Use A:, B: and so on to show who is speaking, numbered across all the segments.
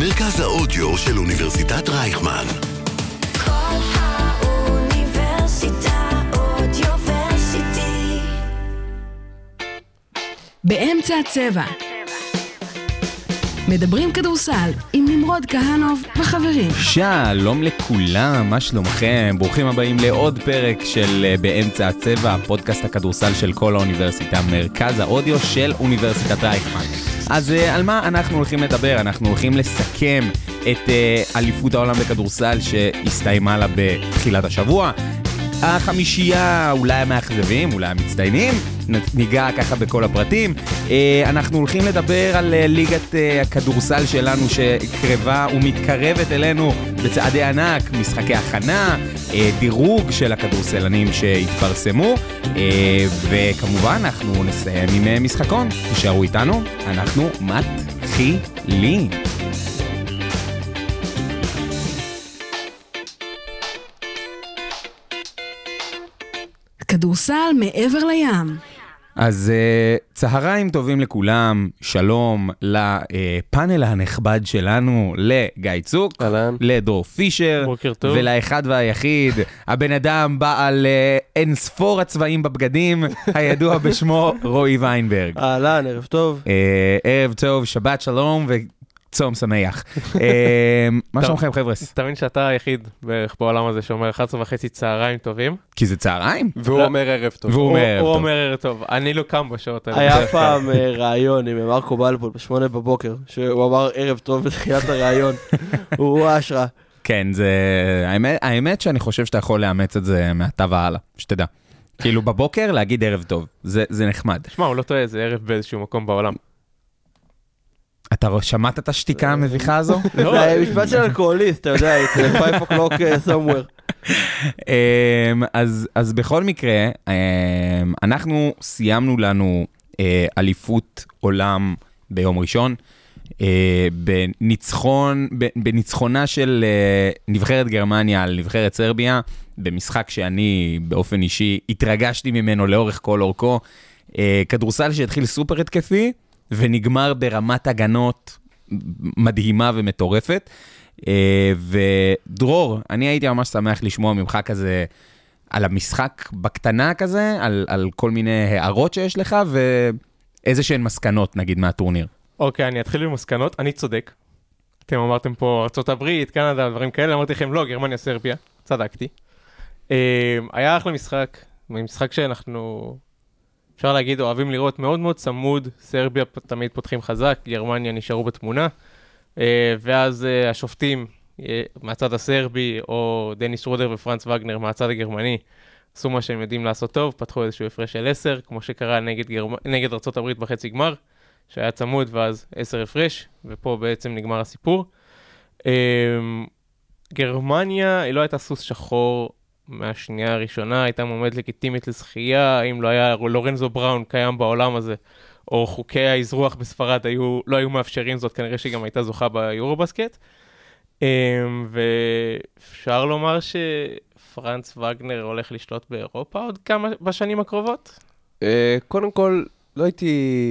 A: מרכז האודיו של אוניברסיטת רייכמן.
B: כל האוניברסיטה אודיוורסיטי.
C: באמצע הצבע. מדברים כדורסל עם נמרוד כהנוב וחברים.
D: שלום לכולם, מה שלומכם? ברוכים הבאים לעוד פרק של אה, באמצע הצבע, הפודקאסט הכדורסל של כל האוניברסיטה, מרכז האודיו של אוניברסיטת רייכמן. אז אה, על מה אנחנו הולכים לדבר? אנחנו הולכים לסכם את אה, אליפות העולם בכדורסל שהסתיימה לה בתחילת השבוע. החמישייה אולי המאכזבים, אולי המצטיינים, נ- ניגע ככה בכל הפרטים. אה, אנחנו הולכים לדבר על אה, ליגת אה, הכדורסל שלנו שקרבה ומתקרבת אלינו בצעדי ענק, משחקי הכנה, אה, דירוג של הכדורסלנים שהתפרסמו, אה, וכמובן אנחנו נסיים עם אה, משחקון. תישארו איתנו, אנחנו מתחילים.
C: כדורסל מעבר לים.
D: אז uh, צהריים טובים לכולם, שלום לפאנל הנכבד שלנו, לגיא צוק,
E: אהלן.
D: לדור פישר,
E: בוקר טוב.
D: ולאחד והיחיד, הבן אדם בעל uh, אין ספור הצבעים בבגדים, הידוע בשמו רועי ויינברג.
E: אהלן, ערב טוב.
D: uh, ערב טוב, שבת שלום וצום שמח. Uh, מה
F: טוב.
D: שלומכם חבר'ס?
F: אתה מבין שאתה היחיד בערך בעולם הזה שאומר 11 וחצי צהריים טובים?
D: כי זה צהריים?
E: והוא
F: לא.
E: אומר ערב טוב.
D: והוא אומר ערב
F: הוא
D: טוב.
F: אומר ערב טוב, אני לא קם בשעות האלה.
E: היה
F: בדרך כלל.
E: פעם אה, ראיון עם מרקו בלבול בשמונה בבוקר, שהוא אמר ערב טוב בתחילת הראיון. הוא אשרה.
D: כן, זה... האמת, האמת שאני חושב שאתה יכול לאמץ את זה מעתה והלאה, שתדע. כאילו בבוקר להגיד ערב טוב, זה, זה נחמד.
F: שמע, הוא לא טועה, זה ערב באיזשהו מקום בעולם.
D: אתה ר- שמעת את השתיקה המביכה הזו?
F: לא,
E: זה משפט של אלכוהוליסט, אתה יודע, it's 5 o'clock אה, somewhere.
D: אמ, אז, אז בכל מקרה, אמ, אנחנו סיימנו לנו אה, אליפות עולם ביום ראשון, אה, בניצחון, ב- בניצחונה של אה, נבחרת גרמניה על נבחרת סרביה, במשחק שאני באופן אישי התרגשתי ממנו לאורך כל אורכו. אה, כדורסל שהתחיל סופר התקפי ונגמר ברמת הגנות מדהימה ומטורפת. אה, ודרור, אני הייתי ממש שמח לשמוע ממך כזה על המשחק בקטנה כזה, על, על כל מיני הערות שיש לך ואיזה שהן מסקנות נגיד מהטורניר.
F: אוקיי, אני אתחיל במסקנות, אני צודק. אתם אמרתם פה ארה"ב, קנדה, דברים כאלה, אמרתי לכם לא, גרמניה, סרביה, צדקתי. אמ, היה אחלה משחק, משחק שאנחנו, אפשר להגיד, אוהבים לראות מאוד מאוד צמוד, סרביה פ- תמיד פותחים חזק, גרמניה נשארו בתמונה, אה, ואז אה, השופטים אה, מהצד הסרבי, או דניס רודר ופרנץ וגנר מהצד הגרמני, עשו מה שהם יודעים לעשות טוב, פתחו איזשהו הפרש של 10, כמו שקרה נגד, גרמ... נגד ארה"ב בחצי גמר. שהיה צמוד ואז 10 הפרש, ופה בעצם נגמר הסיפור. אמ, גרמניה, היא לא הייתה סוס שחור מהשנייה הראשונה, הייתה מועמדת לגיטימית לזכייה, אם לא היה לורנזו בראון קיים בעולם הזה, או חוקי האזרוח בספרד היו, לא היו מאפשרים זאת, כנראה שהיא גם הייתה זוכה ביורובסקט. אמ, ואפשר לומר שפרנץ וגנר הולך לשלוט באירופה עוד כמה בשנים הקרובות?
E: אה, קודם כל, לא הייתי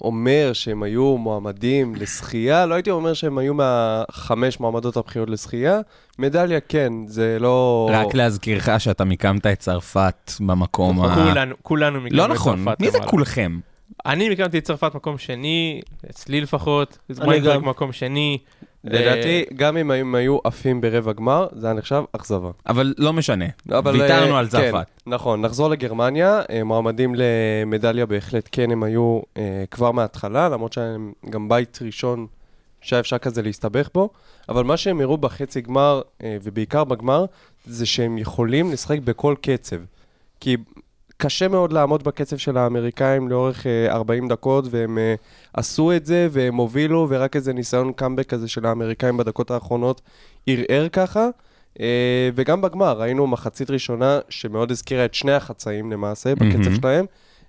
E: אומר שהם היו מועמדים לזכייה, לא הייתי אומר שהם היו מהחמש מועמדות הבכירות לזכייה. מדליה כן, זה לא...
D: רק להזכירך שאתה מיקמת את צרפת במקום ה...
F: כולנו, כולנו מגיעים
D: לא נכון,
F: לצרפת
D: מי זה
F: למעלה.
D: כולכם?
F: אני מיקמתי את צרפת מקום שני, אצלי לפחות,
E: אני
F: מיינברג
E: גם.
F: מקום שני.
E: לדעתי, גם אם הם היו עפים ברבע גמר, זה היה נחשב אכזבה.
D: אבל לא משנה,
E: אבל,
D: ויתרנו
E: אה,
D: על צרפת.
E: כן, נכון, נחזור לגרמניה, אה, מועמדים למדליה בהחלט כן, הם היו אה, כבר מההתחלה, למרות שהם גם בית ראשון שהיה אפשר כזה להסתבך בו, אבל מה שהם הראו בחצי גמר, אה, ובעיקר בגמר, זה שהם יכולים לשחק בכל קצב. כי קשה מאוד לעמוד בקצב של האמריקאים לאורך אה, 40 דקות, והם אה, עשו את זה, והם הובילו, ורק איזה ניסיון קאמבק כזה של האמריקאים בדקות האחרונות ערער ככה. אה, וגם בגמר, ראינו מחצית ראשונה שמאוד הזכירה את שני החצאים למעשה, בקצב
D: מהמם.
E: שלהם,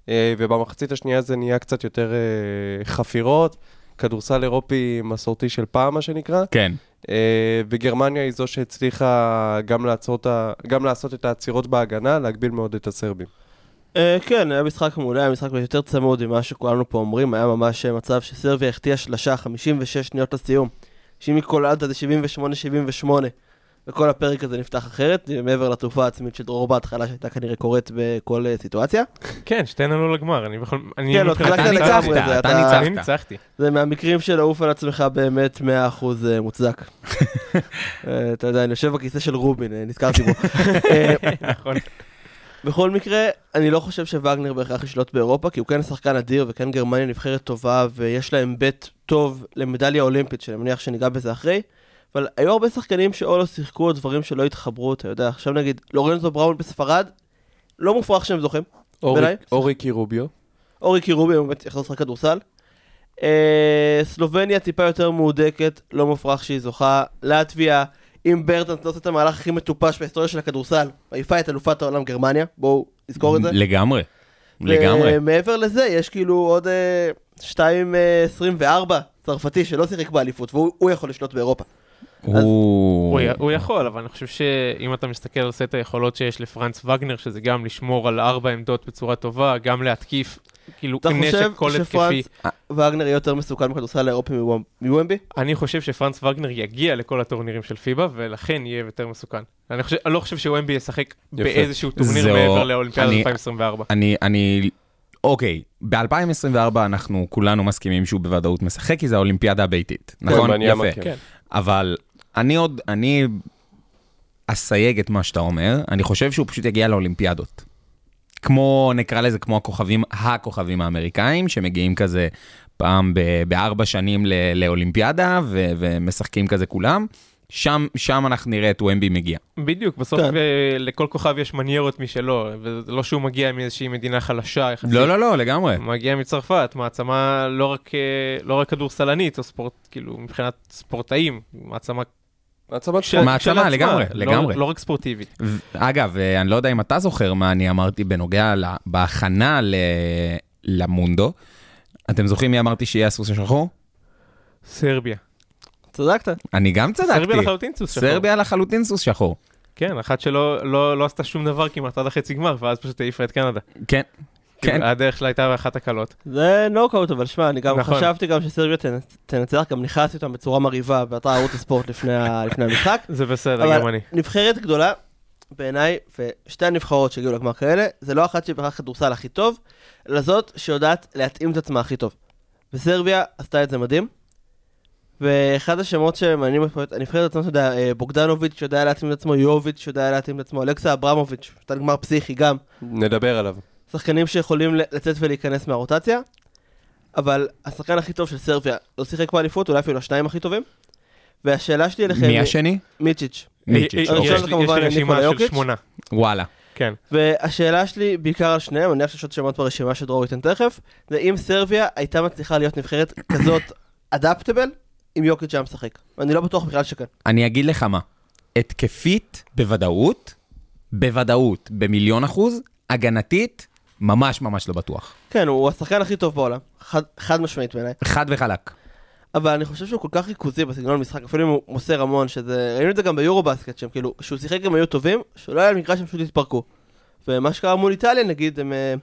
E: אה, ובמחצית השנייה זה נהיה קצת יותר אה, חפירות, כדורסל אירופי מסורתי של פעם, מה שנקרא.
D: כן.
E: אה, וגרמניה היא זו שהצליחה גם, לעצור את ה... גם לעשות את העצירות בהגנה, להגביל מאוד את הסרבים.
G: אה, כן, היה משחק מעולה, היה משחק יותר צמוד ממה שכולנו פה אומרים, היה ממש אה, מצב שסרביה החטיאה שלשה 56 שניות לסיום. שאם היא קולעת זה 78-78, וכל הפרק הזה נפתח אחרת, מעבר לתעופה העצמית של דרור בהתחלה, שהייתה כנראה קורית בכל אה, סיטואציה.
F: כן, שתיהן עלו לגמר, אני בכל... אני
G: כן, לא,
F: מבחינתי
G: התחלקת
F: ניצחתי.
G: לגמרי,
D: אתה
G: זה, אתה-
F: אני
D: ניצחת.
F: ניצחתי.
G: זה מהמקרים של לעוף על עצמך באמת 100% אה, מוצדק. אה, אתה יודע, אני יושב בכיסא של רובין, אה, נזכרתי בו. אה,
F: נכון.
G: בכל מקרה, אני לא חושב שווגנר בהכרח ישלוט באירופה, כי הוא כן שחקן אדיר, וכן גרמניה נבחרת טובה, ויש להם בית טוב למדליה אולימפית, שאני מניח שניגע בזה אחרי. אבל היו הרבה שחקנים שאו לא שיחקו, או דברים שלא התחברו, אתה יודע, עכשיו נגיד, לורנזו בראון בספרד, לא מופרך שהם זוכים.
E: אורי-
G: בעיניי.
E: אורי קירוביו.
G: אורי קירובי, הוא באמת יחזור לשחק כדורסל. אה, סלובניה טיפה יותר מהודקת, לא מופרך שהיא זוכה. לטביה, אם ברטנס לא עושה את המהלך הכי מטופש בהיסטוריה של הכדורסל, מעיפה את אלופת העולם גרמניה, בואו נזכור את זה.
D: לגמרי.
G: ו-
D: לגמרי.
G: מעבר לזה, יש כאילו עוד 2.24 צרפתי שלא שיחק באליפות, והוא הוא יכול לשלוט באירופה.
D: הוא...
F: הוא י- הוא יכול, אבל אני חושב שאם אתה מסתכל על סט היכולות שיש לפרנץ וגנר, שזה גם לשמור על ארבע עמדות בצורה טובה, גם להתקיף, כאילו,
G: אתה
F: נשק
G: חושב
F: כל התקפי.
G: שפרנס וגנר יהיה יותר מסוכן בכדורסל האירופי מוומב- מוומבי?
F: אני חושב שפרנץ וגנר יגיע לכל הטורנירים של פיבה, ולכן יהיה יותר מסוכן. אני חושב- אני לא חושב שוומבי ישחק באיזשהו
D: זו-
F: טורניר מעבר לאולימפיאד
D: אני-
F: 2024.
D: אני, אני, אוקיי, ב-2024 אנחנו כולנו מסכימים שהוא בוודאות משחק, כי זה האולימפיאדה הביתית, נכון?
E: מעניין מה
D: יפה.
E: כן.
D: אבל אני עוד, אני אסייג את מה שאתה אומר, אני חושב שהוא פשוט יגיע לאולימפיאדות. כמו, נקרא לזה, כמו הכוכבים, הכוכבים האמריקאים, שמגיעים כזה פעם ב- בארבע שנים ל- לאולימפיאדה, ו- ומשחקים כזה כולם. שם, שם אנחנו נראה את ומבי מגיע.
F: בדיוק, בסוף
G: כן.
F: אה, לכל כוכב יש מניירות משלו, וזה לא שהוא מגיע מאיזושהי מדינה חלשה יחסית.
D: לא, לא, לא, לגמרי.
F: מגיע מצרפת, מעצמה לא רק, אה, לא רק כדורסלנית או ספורט, כאילו מבחינת ספורטאים, מעצמה
E: מעצמת
F: של-
D: מעצמה,
F: כשלעצמה,
D: לגמרי,
F: לא,
D: לגמרי.
F: לא רק ספורטיבית.
D: ו- אגב, אה, אני לא יודע אם אתה זוכר מה אני אמרתי בנוגע ל... בהכנה ל... למונדו. אתם זוכרים מי אמרתי שיהיה הסוס השחור?
F: סרביה.
G: צדקת.
D: אני גם צדקתי.
F: סרביה לחלוטין סוס שחור.
D: סרביה לחלוטין סוס שחור.
F: כן, אחת שלא לא, לא עשתה שום דבר כמעט עד החצי גמר, ואז פשוט העיפה את קנדה.
D: כן. כן.
F: כאילו, הדרך שלה הייתה אחת הקלות.
G: זה נוקאוט, אבל שמע, אני גם
F: נכון.
G: חשבתי גם שסרביה תנצ- תנצח, גם נכנסתי אותם בצורה מרהיבה באתר ערוץ הספורט לפני ה- לפני המשחק.
F: זה בסדר, גם
G: אבל
F: אני.
G: נבחרת גדולה, בעיניי, ושתי הנבחרות שהגיעו לגמר כאלה, זה לא אחת שבכלל כדורסל הכי טוב, אלא זאת שיודעת להתאים את עצמה הכי טוב. וסרביה עשתה את זה מדהים. ואחד השמות שמעניינים אותי, הנבחרת עצמה, אתה יודע, אה, בוגדנוביץ' שיודע להתאים את עצמו, יוביץ' שיודע להתאים את עצמו, אלכסה אברמוביץ', נתן גמר פסיכי גם.
E: נדבר עליו.
G: שחקנים שיכולים ל- לצאת ולהיכנס מהרוטציה, אבל השחקן הכי טוב של סרביה לא שיחק באליפות, אולי אפילו השניים הכי טובים. והשאלה שלי אליכם
D: מי השני?
G: מיצ'יץ'.
D: מיצ'יץ'.
F: אה, אה,
D: אוקיי.
F: יש לי- יש
G: כמובן,
F: לי רשימה
G: ניקולה
F: של
G: יוקיץ'.
F: שמונה.
D: וואלה.
F: כן.
G: והשאלה שלי בעיקר על שניהם, אני מניח שיש עוד שמות ברשימה שדרור ייתן תכף, זה אם סרביה הייתה מצליחה להיות נבחרת כזאת אדפטבל, אם יוקיץ' היה משחק. אני לא בטוח בכלל שכן.
D: אני אגיד לך מה. התקפית, בוודאות, בוודאות, במיליון אחוז, הגנתית, ממש ממש לא בטוח.
G: כן, הוא השחקן הכי טוב בעולם, חד, חד משמעית בעיניי.
D: חד וחלק.
G: אבל אני חושב שהוא כל כך ריכוזי בסגנון משחק, אפילו אם הוא מוסר המון, שזה... ראינו את זה גם ביורו בסקט, שהם כאילו, שהוא שיחק הם היו טובים, שלא היה מגרש הם פשוט התפרקו. ומה שקרה מול איטליה נגיד, הם... אה,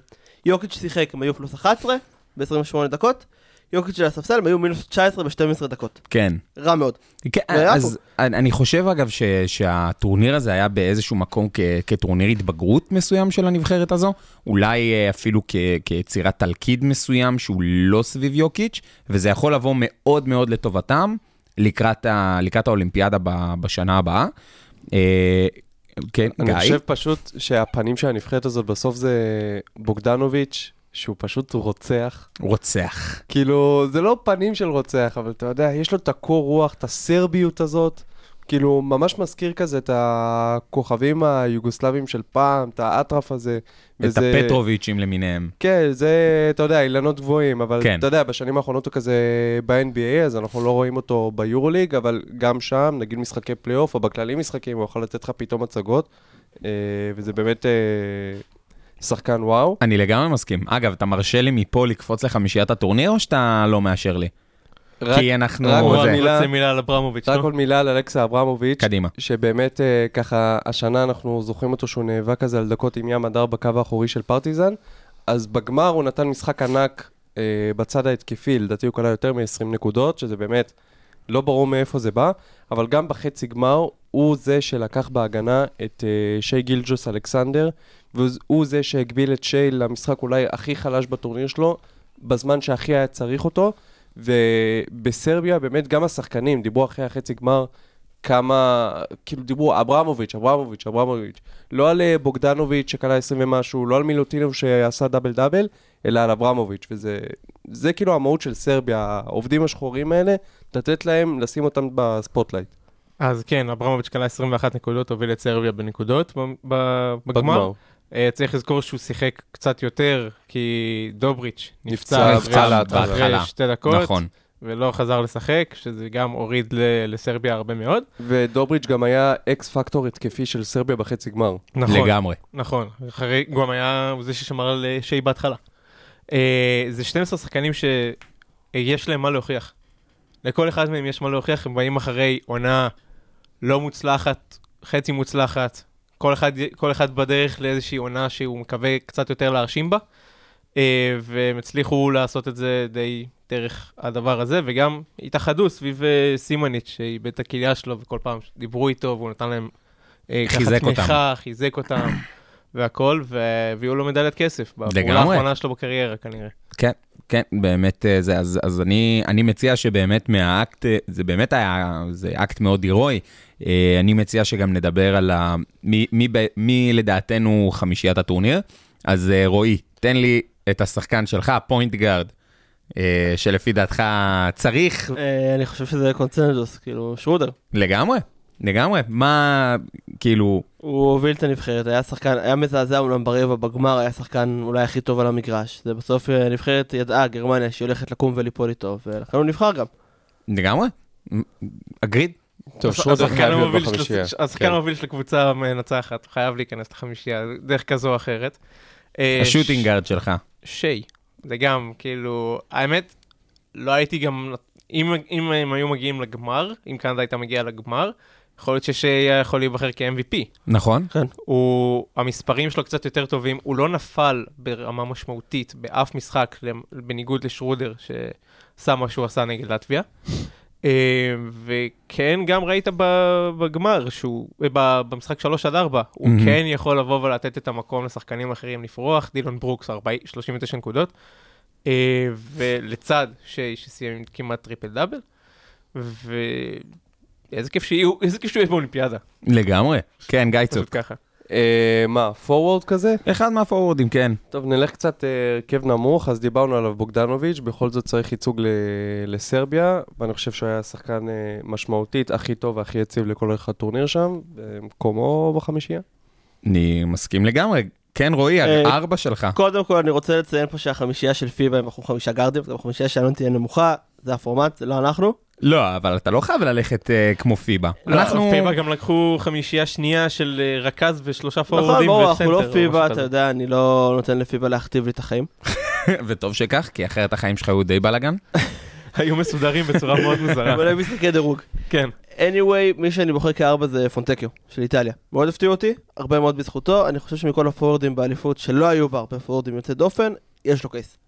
G: יוקיץ' שיחק, הם היו פלוס 11 ב-28 דקות, יוקיץ' של הספסל הם היו מינוס 19 ב-12 דקות.
D: כן.
G: רע מאוד.
D: כן,
G: היה
D: אז אני אני חושב אגב ש, שהטורניר הזה היה באיזשהו מקום כ, כטורניר התבגרות מסוים של הנבחרת הזו, אולי אה, אפילו כ, כיצירת תלכיד מסוים שהוא לא סביב יוקיץ', וזה יכול לבוא מאוד מאוד לטובתם לקראת, ה, לקראת האולימפיאדה ב, בשנה הבאה. אה, כן, גיא?
E: אני חושב פשוט שהפנים של הנבחרת הזאת בסוף זה בוגדנוביץ', שהוא פשוט רוצח.
D: רוצח.
E: כאילו, זה לא פנים של רוצח, אבל אתה יודע, יש לו את הקור רוח, את הסרביות הזאת. כאילו, ממש מזכיר כזה את הכוכבים היוגוסלבים של פעם, את האטרף הזה.
D: את
E: וזה-
D: הפטרוביצ'ים למיניהם.
E: כן, זה, אתה יודע, אילנות גבוהים, אבל
D: כן.
E: כן. אתה יודע, בשנים האחרונות הוא כזה ב-NBA, אז אנחנו לא רואים אותו ביורוליג, אבל גם שם, נגיד משחקי פלייאוף, או בכללי משחקים, הוא יכול לתת לך פתאום הצגות, אה, וזה באמת אה, שחקן וואו.
D: אני לגמרי מסכים. אגב, אתה מרשה לי מפה לקפוץ לחמישיית הטורניר, או שאתה לא מאשר לי?
E: רק,
D: כי אנחנו...
E: רק
F: הוא
E: זה.
F: רק
E: מילה-
F: רוצה מילה על אברמוביץ',
E: רק
F: נו?
E: עוד מילה על אלכסה אברמוביץ',
D: קדימה.
E: שבאמת אה, ככה, השנה אנחנו זוכרים אותו שהוא נאבק כזה על דקות עם ים הדר בקו האחורי של פרטיזן, אז בגמר הוא נתן משחק ענק אה, בצד ההתקפי, לדעתי הוא כלל יותר מ-20 נקודות, שזה באמת לא ברור מאיפה זה בא, אבל גם בחצי גמר, הוא זה שלקח בהגנה את אה, שי גילג'וס אלכסנדר, והוא זה שהגביל את שי למשחק אולי הכי חלש בטורניר שלו, בזמן שהכי היה צריך אותו, ובסרביה באמת גם השחקנים דיברו אחרי החצי גמר כמה, כאילו דיברו אברמוביץ', אברמוביץ', אברמוביץ', לא על אה, בוגדנוביץ' שכלה 20 ומשהו, לא על מילוטינוב שעשה דאבל דאבל, אלא על אברמוביץ', וזה זה כאילו המהות של סרביה, העובדים השחורים האלה, לתת להם, לשים אותם בספוטלייט.
F: אז כן, אברמוביץ' כלה 21 נקודות, הוביל את סרביה בנקודות ב- ב- בגמר. אה, צריך לזכור שהוא שיחק קצת יותר, כי דובריץ' נפצע
E: נפצע
F: אחרי-
E: בהתחלה, בהתחלה.
F: אחרי שתי דקות,
D: נכון.
F: ולא חזר לשחק, שזה גם הוריד ל- לסרביה הרבה מאוד.
E: ודובריץ' גם היה אקס פקטור התקפי של סרביה בחצי גמר.
F: נכון,
D: לגמרי.
F: נכון. אחרי, הוא גם היה הוא זה ששמר על אה, שי בהתחלה. אה, זה 12 שחקנים שיש להם מה להוכיח. לכל אחד מהם יש מה להוכיח, הם באים אחרי עונה לא מוצלחת, חצי מוצלחת, כל אחד, כל אחד בדרך לאיזושהי עונה שהוא מקווה קצת יותר להרשים בה, אה, והם הצליחו לעשות את זה די דרך הדבר הזה, וגם התאחדו סביב אה, סימניץ', שאיבד את הכליה שלו, וכל פעם דיברו איתו, והוא נתן להם אה, ככה
D: חיזק אותם.
F: תמיכה, חיזק אותם, והכל, והביאו לו מדליית כסף, בפעולה
D: לגמרי.
F: האחרונה שלו בקריירה כנראה.
D: כן, כן, באמת אה, זה, אז, אז אני, אני מציע שבאמת מהאקט, אה, זה באמת היה, זה אקט מאוד הירואי, אה, אני מציע שגם נדבר על ה, מי, מי, ב- מי לדעתנו חמישיית הטורניר. אז אה, רועי, תן לי את השחקן שלך, הפוינט גארד, אה, שלפי דעתך צריך
G: אה, אני חושב שזה קונצנזוס, כאילו, שרודר.
D: לגמרי, לגמרי, מה, כאילו,
G: הוא הוביל את הנבחרת, היה שחקן, היה מזעזע אומנם ברבע, בגמר היה שחקן אולי הכי טוב על המגרש. זה בסוף אה, הנבחרת ידעה, גרמניה, שהיא הולכת לקום וליפול איתו, ולכן הוא נבחר גם.
D: לגמרי, אגריד.
E: טוב,
F: הש-
E: שרודר
F: השחקן
E: חייב להיות
F: המוביל של-
E: בחמישייה.
F: השחקן
E: כן.
F: המוביל של הקבוצה מנצחת, חייב להיכנס לחמישייה, דרך כזו או אחרת. אה,
D: השוטינג גארד שלך.
F: ש- שי, זה גם, כאילו, האמת, לא הייתי גם, אם אם הם היו מגיעים לגמר, אם קנדה הייתה מגיעה לגמר, יכול להיות ששי היה יכול להיבחר כ-MVP.
D: נכון.
F: הוא, המספרים שלו קצת יותר טובים, הוא לא נפל ברמה משמעותית באף משחק, למ- בניגוד לשרודר, שעשה מה שהוא עשה נגד לטביה. אה, וכן, גם ראית ב- בגמר, שהוא, אה, ב- במשחק 3 עד 4, הוא
D: מהמם.
F: כן יכול לבוא ולתת את המקום לשחקנים אחרים לפרוח, דילון ברוקס, 40 39 נקודות, אה, ולצד שי, שסיים עם כמעט טריפל דאבל, ואיזה כיף שיהיו, איזה כיף שהוא יהיה באולימפיאדה,
D: לגמרי. כן, גיא צוק.
F: פשוט ככה.
E: אה, מה, פורוורד כזה?
D: אחד מהפורורדים, כן.
E: טוב, נלך קצת אה, הרכב נמוך, אז דיברנו עליו בוגדנוביץ', בכל זאת צריך ייצוג ל- לסרביה, ואני חושב שהוא היה השחקן אה, משמעותית, הכי טוב והכי יציב לכל אורך הטורניר שם, במקומו בחמישייה.
D: אני מסכים לגמרי. כן, רועי,
G: אה,
D: ארבע שלך.
G: קודם כל אני רוצה לציין פה שהחמישייה של פיבה הם אנחנו חמישה גרדים, גם החמישייה שלנו תהיה נמוכה, זה הפורמט, זה לא אנחנו.
D: לא, אבל אתה לא חייב ללכת אה, כמו פיבה.
F: אנחנו...
D: אנחנו...
F: לא, פיבה גם לקחו חמישייה שנייה של אה, רכז ושלושה
G: נכון,
F: פורורדים
G: ברור,
F: וסנטר.
G: אנחנו לא
F: או
G: פיבה,
F: משהו
G: אתה
F: כזה.
G: יודע, אני לא נותן לפיבה להכתיב לי את החיים.
D: וטוב שכך, כי אחרת החיים שלך היו די בלאגן.
F: היו מסודרים בצורה מאוד מוזרה.
G: אבל הם משחקי דירוג.
F: כן.
G: anyway, מי שאני בוחר כארבע זה פונטקיו של איטליה. מאוד הפתיעו אותי, הרבה מאוד בזכותו, אני חושב שמכל הפורדים באליפות שלא היו בה הרבה פורדים יוצאי דופן, יש לו קייס.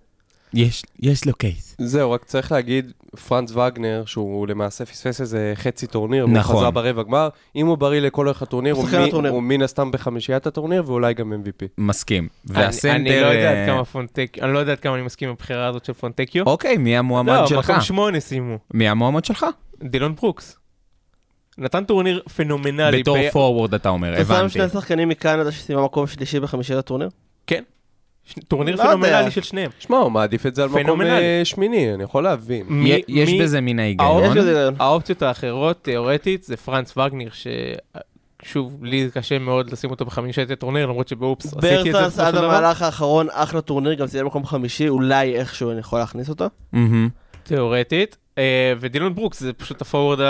D: יש, יש לו קייס.
E: זהו, רק צריך להגיד, פרנץ וגנר, שהוא למעשה פספס איזה חצי טורניר,
D: נכון.
E: והוא חזר ברבע גמר, אם הוא בריא לכל אורך הטורניר,
G: הוא
E: הוא,
G: שחקן
E: מי-
G: הטורניר.
E: הוא מן הסתם בחמישיית הטורניר, ואולי גם MVP.
D: מסכים.
F: אני-
D: והסנטר...
F: אני לא יודע
D: אה,
F: עד כמה פונטקיו, אני לא יודע עד כמה אני מסכים עם הבחירה הזאת של פונטקיו.
D: אוקיי, מי המועמד
F: לא,
D: שלך?
F: מקום שמונה סיימו.
D: מי המועמד שלך?
F: דילון ברוקס. נתן טורניר פנומנלי.
D: בתור
F: ב-
D: פורוורד אתה אומר,
G: אתה שם
D: הבנתי.
G: שני שחקנים מקנדה שסיימה מקום שלישי בחמישיית הטורניר?
F: כן. ש- טורניר
G: לא יודע.
F: פנומנלי של שניהם.
E: שמע, הוא מעדיף את זה על מקום
F: פנומנלי.
E: אה, שמיני, אני יכול להבין.
F: מי-
D: י- יש
F: מי-
D: בזה מן
G: יש
D: ההיגיון.
G: לזה היגיון.
F: האופציות האחרות, תיאורטית, זה פרנץ וגניר, ש... שוב, לי זה קשה מאוד לשים אותו בחמישיית הטורניר, למרות שבאופס עשיתי את זה
G: ברטנס
F: בסופו של
G: עד
F: דבר.
G: המהלך האחרון, אחלה טורניר, גם סיים במקום חמישי, אולי איכשהו אני יכול להכניס אותו.
D: מהמם.
F: תיאורטית, אה, ודילון ברוקס זה פשוט הפורוורד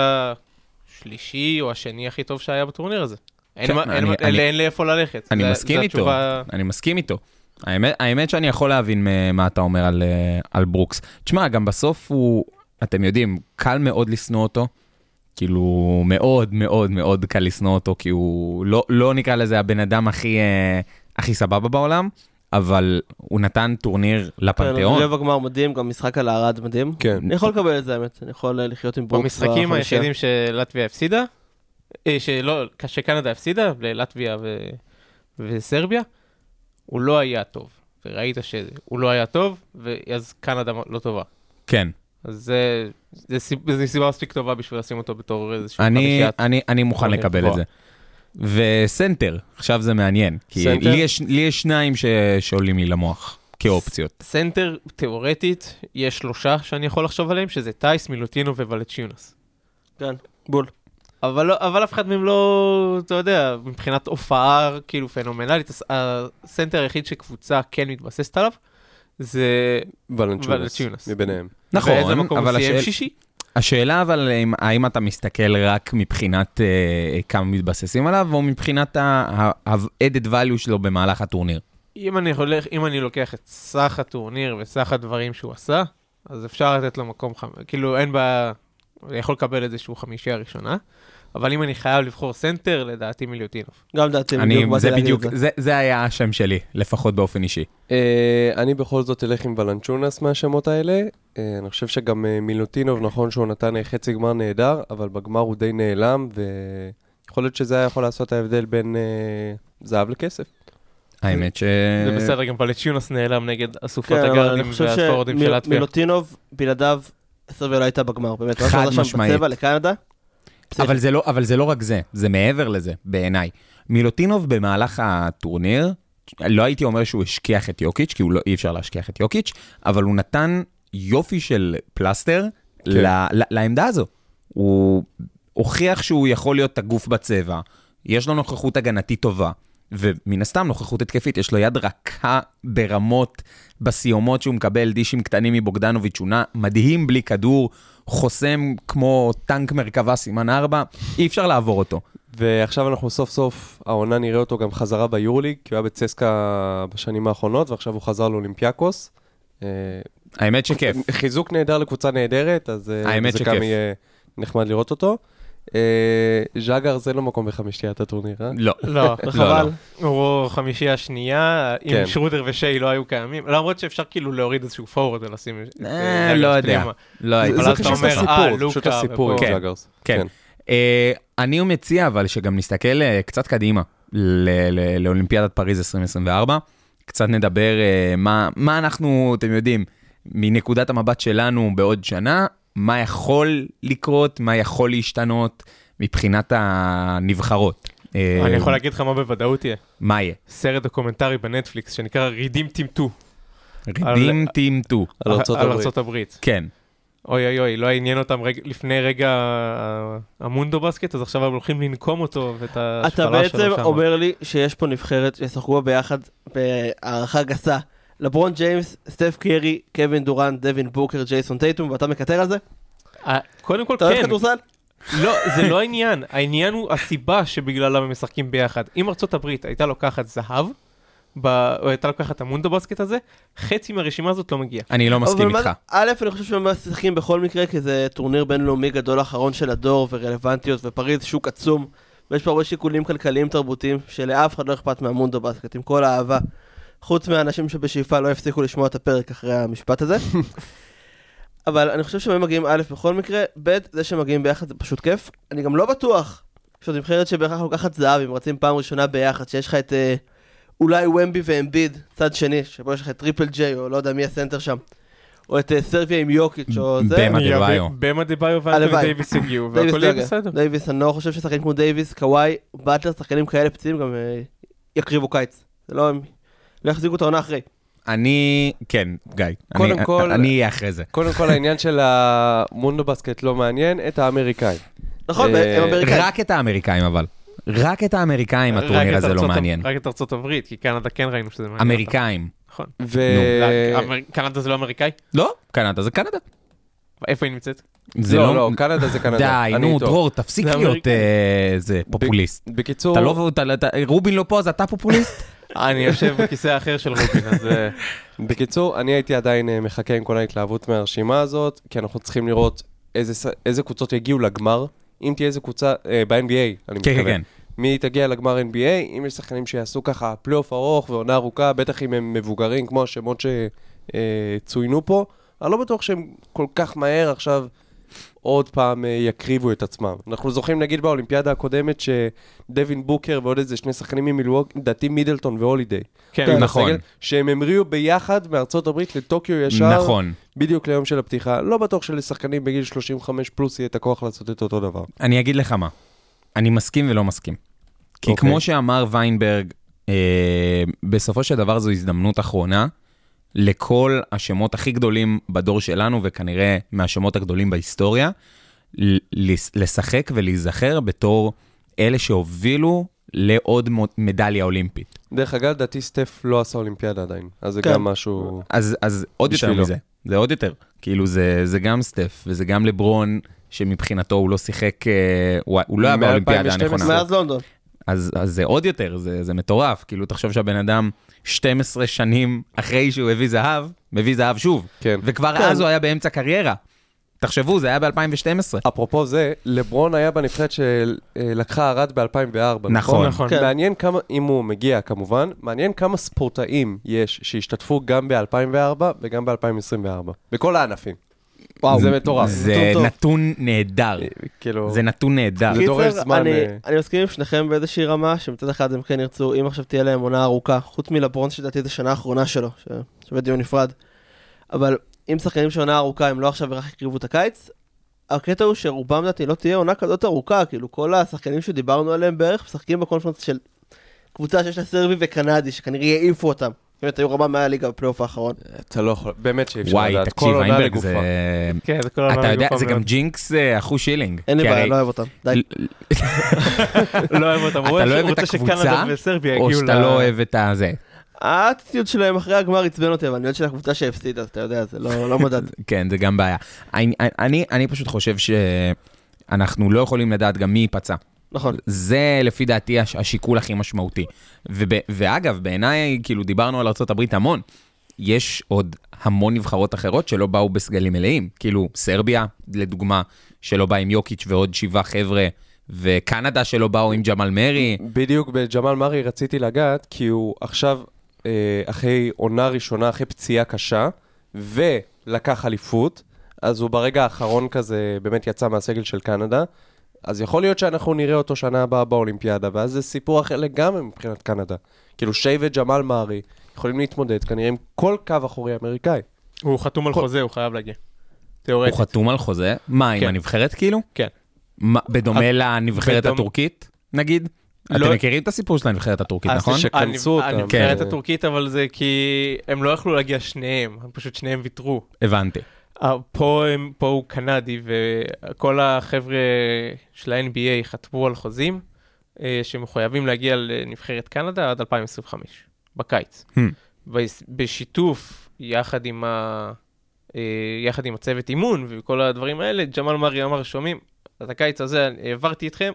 F: השלישי או השני הכי טוב שהיה בטורניר הזה. אין
D: כן,
F: מה- אין
D: אני-
F: מה-
D: אני-
F: אין אין לאיפה ללכת.
D: אני
F: זה-
D: מסכים
F: זה
D: איתו.
F: התשובה-
D: אני מסכים איתו. האמת, האמת שאני יכול להבין מ- מה אתה אומר על, אה, על ברוקס. תשמע, גם בסוף הוא, אתם יודעים, קל מאוד לשנוא אותו. כאילו, מאוד מאוד מאוד קל לשנוא אותו, כי הוא לא, לא נקרא לזה הבן אדם הכי, אה, הכי סבבה בעולם, אבל הוא נתן טורניר לפנתיאון.
G: רבע גמר מדהים, גם משחק על הערד מדהים.
E: כן.
G: אני יכול לקבל את זה, האמת. אני יכול אה, לחיות עם ברוקס.
F: במשחקים
G: בחמישייה.
F: היחידים שלטביה הפסידה, אה, שלא, שקנדה הפסידה, ללטביה ו... וסרביה, הוא לא היה טוב. וראית שהוא לא היה טוב, ואז קנדה לא טובה.
D: כן.
F: אז זה, זה, סיב- זה סיבה מספיק טובה בשביל לשים אותו בתור איזשהו
D: אני,
F: חמישיית.
D: אני, אני מוכן
F: אוקיי,
D: לקבל את
F: גבוה.
D: זה. וסנטר, עכשיו זה מעניין, כי
E: סנטר?
D: לי יש, לי יש שניים ש... שעולים לי למוח כאופציות.
F: סנטר, תיאורטית, יש שלושה שאני יכול לחשוב עליהם, שזה טייס, מילוטינו וולצ'יונס.
G: כן, בול.
F: אבל, לא- אבל אף אחד מהם לא, אתה יודע, מבחינת הופעה כאילו פנומנלית, הס- הסנטר היחיד שקבוצה כן מתבססת עליו, זה
E: ולנצ'ונס.
F: ולנצ'ונס.
E: מביניהם.
F: באיזה
D: נכון,
F: מקום הוא
D: אבל
F: סיים
D: השאל,
F: שישי?
D: השאלה אבל אם, האם אתה מסתכל רק מבחינת אה, כמה מתבססים עליו, או מבחינת ה-added value שלו במהלך הטורניר.
F: אם אני, הולך, אם אני לוקח את סך הטורניר וסך הדברים שהוא עשה, אז אפשר לתת לו מקום חמ... כאילו, אין בעיה, אני יכול לקבל את זה שהוא חמישי הראשונה, אבל אם אני חייב לבחור סנטר, לדעתי מיליוטינוב.
G: גם דעתי,
D: אני,
G: בדיוק באתי
D: זה
G: להגיד
D: בדיוק,
G: את זה.
D: זה, זה היה השם שלי, לפחות באופן אישי.
E: אה, אני בכל זאת אלך עם ולנצ'ונס מהשמות האלה. אה, אני חושב שגם אה, מילוטינוב, נכון שהוא נתן אה, חצי גמר נהדר, אבל בגמר הוא די נעלם, ויכול להיות שזה היה יכול לעשות ההבדל בין אה, זהב לכסף.
D: האמת ש...
F: זה בסדר, גם ולצ'יונס נעלם נגד אסופת
G: אה, כן, אבל אני
F: הגארדים
G: חושב
F: והפורדים של לטביה.
G: שמילוטינוב, בלעדיו, סרביה לא הייתה בגמר, באמת.
D: חד
G: מה שעשה שם
D: משמעית.
G: בצבע לקנדה,
D: אבל זה, לא, אבל זה לא רק זה, זה מעבר לזה, בעיניי. מילוטינוב במהלך הטורניר, לא הייתי אומר שהוא השכיח את יוקיץ', כי הוא לא, אי אפשר להשכיח את יוקיץ', אבל הוא נתן יופי של פלסטר כן. ל, ל, לעמדה הזו. הוא הוכיח שהוא יכול להיות הגוף בצבע, יש לו נוכחות הגנתית טובה, ומן הסתם נוכחות התקפית, יש לו יד רכה ברמות, בסיומות שהוא מקבל, דישים קטנים מבוגדנוביץ', הוא נע מדהים בלי כדור, חוסם כמו טנק מרכבה סימן 4, אי אפשר לעבור אותו.
E: ועכשיו אנחנו סוף סוף, העונה נראה אותו גם חזרה ביורליג, כי הוא היה בצסקה בשנים האחרונות, ועכשיו הוא חזר לאולימפיאקוס. אה,
D: האמת שכיף.
E: חיזוק נהדר לקבוצה נהדרת, אז אה,
D: האמת
E: זה
D: שכיף.
E: גם יהיה נחמד לראות אותו. אה, ז'אגר זה לא מקום בחמישיית הטורניר, אה?
D: לא.
F: לא,
D: לא,
G: וחבל.
D: לא.
F: הוא חמישי השנייה, אם
E: כן.
F: שרודר ושיי לא היו קיימים, למרות שאפשר כאילו להוריד איזשהו פורוורד ולשים... את-
D: אה,
F: את
D: לא
F: רגל
D: יודע.
F: פנימה.
D: לא הייתי.
F: אבל
E: זה
F: אז אתה
E: פשוט
F: אומר, אה,
E: הסיפור,
F: לוקה
E: פשוט הסיפור עם
F: ופה.
D: כן,
E: ז'אגרס.
D: כן. אה, אני מציע אבל שגם נסתכל אה, קצת קדימה ל- ל- לאולימפיאדת פריז 2024, קצת נדבר אה, מה, מה אנחנו, אתם יודעים, מנקודת המבט שלנו בעוד שנה, מה יכול לקרות, מה יכול להשתנות מבחינת הנבחרות. אה,
F: אני יכול להגיד לך מה בוודאות יהיה.
D: מה יהיה?
F: סרט דוקומנטרי בנטפליקס שנקרא רידים טימטו.
D: רידים טימטו.
E: על ארצות
F: על
E: הברית.
F: ארצות הברית.
D: כן,
F: אוי אוי אוי, לא עניין אותם רגע- לפני רגע אה, המונדו בסקט, אז עכשיו הם הולכים לנקום אותו ואת ההשפלה
G: אתה
F: שלו
G: בעצם
F: שם.
G: אומר לי שיש פה נבחרת שישחקו בה ביחד בהערכה גסה. לברון ג'יימס, סטף קרי, קווין דורן, דווין בוקר, ג'ייסון טייטום, ואתה מקטר על זה?
F: אה, קודם כל
G: אתה אוהב
F: כן,
G: כדורסל?
F: לא, זה לא העניין, העניין הוא הסיבה שבגללה הם משחקים ביחד. אם ארצות הברית הייתה לוקחת זהב, ב... או הייתה לוקחת את המונדו בסקט הזה, חצי מהרשימה הזאת לא מגיע.
D: אני לא מסכים
G: אבל מה-
D: איתך.
G: א', אני חושב שהם משחקים בכל מקרה, כי זה טורניר בינלאומי גדול האחרון של הדור, ורלוונטיות, ופריז שוק עצום, ויש פה הרבה שיקולים כלכליים תרבותיים, שלאף אחד לא אכפת מהמונדו בסקט, עם כל האהבה. חוץ מהאנשים שבשאיפה לא יפסיקו לשמוע את הפרק אחרי המשפט הזה. אבל אני חושב שהם היו מגיעים א' בכל מקרה, ב', זה שהם מגיעים ביחד זה פשוט כיף. אני גם לא בטוח שזו נבחרת שבהכרח לוקחת זהב, אם רצים פעם ראשונה ביחד, שיש לך את אה, אולי ומבי ואמביד, צד שני, שבו יש לך את טריפל ג'יי, או לא יודע מי הסנטר שם, או את אה, סרביה עם יוקיץ', או זה.
D: במה דה ביו.
F: במה דה ביו ואנטוני
G: הלוואי.
F: דייוויס הגיעו,
G: דייוויס
F: והכל יהיה
G: לא יודע.
F: בסדר.
G: דייוויס, אני לא חושב ששחקנים כמו דייוויס, קוואי, באטלר, שחקנים כאלה פציעים גם אה, יקריבו קיץ. זה לא, הם לא יחזיקו את העונה אחרי.
D: אני, כן, גיא,
E: קודם
D: אני-
E: כל-
D: אני אהיה אחרי זה.
E: קודם כל העניין של המונדו בסקט לא מעניין את האמריקאים.
G: נכון,
E: אה,
G: הם אמריקאים.
D: רק את האמריקאים אבל. רק את האמריקאים
F: רק את
D: הטורניר הזה
F: ארצות
D: לא
F: הב-
D: מעניין.
F: רק את ארצות הברית, כי קנדה כן ראינו שזה מעניין.
D: אמריקאים.
F: אותם. נכון.
E: ו...
F: לא, אמר- קנדה זה לא אמריקאי?
D: לא, קנדה זה קנדה.
F: איפה היא נמצאת?
D: זה
E: לא, לא, קנדה זה קנדה.
D: די,
E: אני
D: נו,
E: איתו.
D: דרור, תפסיק
F: זה
D: להיות
F: אמריקאי.
D: אה, זה פופוליסט.
E: בקיצור,
D: אתה לא, אתה- אתה- רובין לא פה, אז אתה פופוליסט?
F: אני יושב בכיסא האחר של רובין, אז... אה,
E: בקיצור, אני הייתי עדיין אה, מחכה עם כל ההתלהבות מהרשימה הזאת, כי אנחנו צריכים לראות איזה, ס- איזה קבוצות יגיעו לגמר. אם תהיה איזה קבוצה, אה, ב-NBA, אני
D: כן,
E: מתכוון.
D: כן, כן.
E: מי תגיע לגמר NBA, אם יש שחקנים שיעשו ככה פלייאוף ארוך ועונה ארוכה, בטח אם הם מבוגרים כמו השמות שצוינו פה, אני לא בטוח שהם כל כך מהר עכשיו עוד פעם אה, יקריבו את עצמם. אנחנו זוכרים נגיד באולימפיאדה הקודמת שדווין בוקר ועוד איזה שני שחקנים ממילווק, לדעתי מידלטון והולידיי.
F: כן,
D: נכון.
E: הסגל, שהם המריאו ביחד מארצות הברית לטוקיו ישר,
D: נכון.
E: בדיוק ליום של הפתיחה. לא בטוח שלשחקנים בגיל 35 פלוס יהיה את הכוח לעשות את אותו דבר.
D: אני אגיד לך מה, אני מסכים ולא מסכים. כי
E: אוקיי.
D: כמו שאמר ויינברג, אה, בסופו של דבר זו הזדמנות אחרונה לכל השמות הכי גדולים בדור שלנו, וכנראה מהשמות הגדולים בהיסטוריה, ל- לס- לשחק ולהיזכר בתור אלה שהובילו לעוד מו- מדליה אולימפית.
E: דרך אגב, לדעתי סטף לא עשה אולימפיאדה עדיין, אז זה
G: כן.
E: גם משהו...
D: אז, אז עוד יותר
E: בשבילו.
D: מזה, זה עוד יותר. כאילו זה, זה גם סטף, וזה גם לברון, שמבחינתו הוא לא שיחק, אה, הוא, הוא לא היה
E: מ-
D: באולימפיאדה
E: 2012.
D: הנכונה.
G: מאז לונדון.
D: אז, אז זה עוד יותר, זה, זה מטורף. כאילו, תחשוב שהבן אדם 12 שנים אחרי שהוא הביא זהב, מביא זהב שוב.
E: כן.
D: וכבר אז הוא היה באמצע קריירה. תחשבו, זה היה ב-2012.
E: אפרופו זה, לברון היה בנבחרת שלקחה ערד ב-2004,
D: נכון.
F: נכון.
G: כן.
E: מעניין כמה, אם הוא מגיע כמובן, מעניין כמה ספורטאים יש שהשתתפו גם ב-2004 וגם ב-2024, בכל הענפים. וואו, זה מטורף.
D: זה
G: נתון טוב.
D: נתון נהדר.
E: כאילו,
D: זה נתון נהדר.
E: זה דורש
G: קיצר,
E: זמן,
G: אני-
E: אה.
G: אני מסכים עם שניכם באיזושהי רמה, שמצד אחד הם כן ירצו, אם עכשיו תהיה להם עונה ארוכה, חוץ מלברון שלדעתי זו שנה האחרונה שלו, ש- שווה דיון נפרד. אבל אם שחקנים של עונה ארוכה, הם לא עכשיו רק הקריבו את הקיץ, הקטע הוא שרובם לדעתי לא תהיה עונה כזאת ארוכה, כאילו כל השחקנים שדיברנו עליהם בערך משחקים בקונפרנס של קבוצה שיש לה סרבי וקנדי, שכנראה יעיפו אותם. באמת, היו רבם מהליגה בפלייאוף האחרון.
E: אתה לא יכול, באמת שאי אפשר
D: וואי,
E: לדעת, כל
D: תקשיב,
E: עונה
D: איינברג
E: לגופה.
D: זה...
F: כן, זה כל
D: אתה
F: העולם
D: יודע,
F: לגופו
D: זה גם
F: מאוד.
D: ג'ינקס אה, אחוז שילינג.
G: אין לי
D: כי
G: בעיה,
D: הרי-
G: לא אוהב אותם. די.
F: לא אוהב אותם, הוא
D: אתה לא אוהב את
F: רוצה
D: הקבוצה,
F: שקנדה וסרביה
D: או
F: יגיעו ל...
D: שאתה לא אוהב את הזה.
G: האטיטיוד שלהם אחרי הגמר עצבן אותי, אבל אני יודע של הקבוצה שהפסידה, אז אתה יודע, זה לא לא מדד.
D: כן, זה גם בעיה. אני, אני, אני פשוט חושב שאנחנו לא יכולים לדעת גם מי ייפצע.
G: נכון.
D: זה לפי דעתי הש, השיקול הכי משמעותי. וב, ואגב, בעיניי, כאילו דיברנו על ארה"ב המון, יש עוד המון נבחרות אחרות שלא באו בסגלים מלאים. כאילו, סרביה, לדוגמה, שלא באה עם יוקיץ' ועוד שבעה חבר'ה, וקנדה שלא באו עם ג'מאל מרי.
E: בדיוק בג'מאל מרי רציתי לגעת, כי הוא עכשיו, אה, אחרי עונה ראשונה, אחרי פציעה קשה, ולקח אליפות, אז הוא ברגע האחרון כזה באמת יצא מהסגל של קנדה. אז יכול להיות שאנחנו נראה אותו שנה הבאה באולימפיאדה, ואז זה סיפור אחר לגמרי מבחינת קנדה. כאילו שי וג'מאל מארי יכולים להתמודד כנראה עם כל קו אחורי אמריקאי.
F: הוא חתום על חוזה, הוא חייב להגיע. תיאורטית.
D: הוא חתום על חוזה. מה, עם
F: כן.
D: הנבחרת כאילו?
F: כן.
D: מה, בדומה לנבחרת
F: בדומ-
D: הטורקית, נגיד?
F: לא- אה,
D: אתם מכירים את הסיפור של הנבחרת הטורקית,
E: אז
D: נכון?
E: תשק- כנסו אותם.
F: הנבחרת
E: כן.
F: הטורקית, אבל זה כי הם לא יכלו להגיע שניהם, הם פשוט שניהם ויתרו.
D: הבנתי.
F: אה, פה הם- פה הוא קנדי, וכל החבר'ה של ה-NBA חתמו על חוזים אה, שמחויבים להגיע לנבחרת קנדה עד 2025, בקיץ.
D: Hmm.
F: בס- בשיתוף, יחד עם ה- אה, יחד עם הצוות אימון וכל הדברים האלה, ג'מאל מרי אמר, שומעים, את הקיץ הזה העברתי אתכם,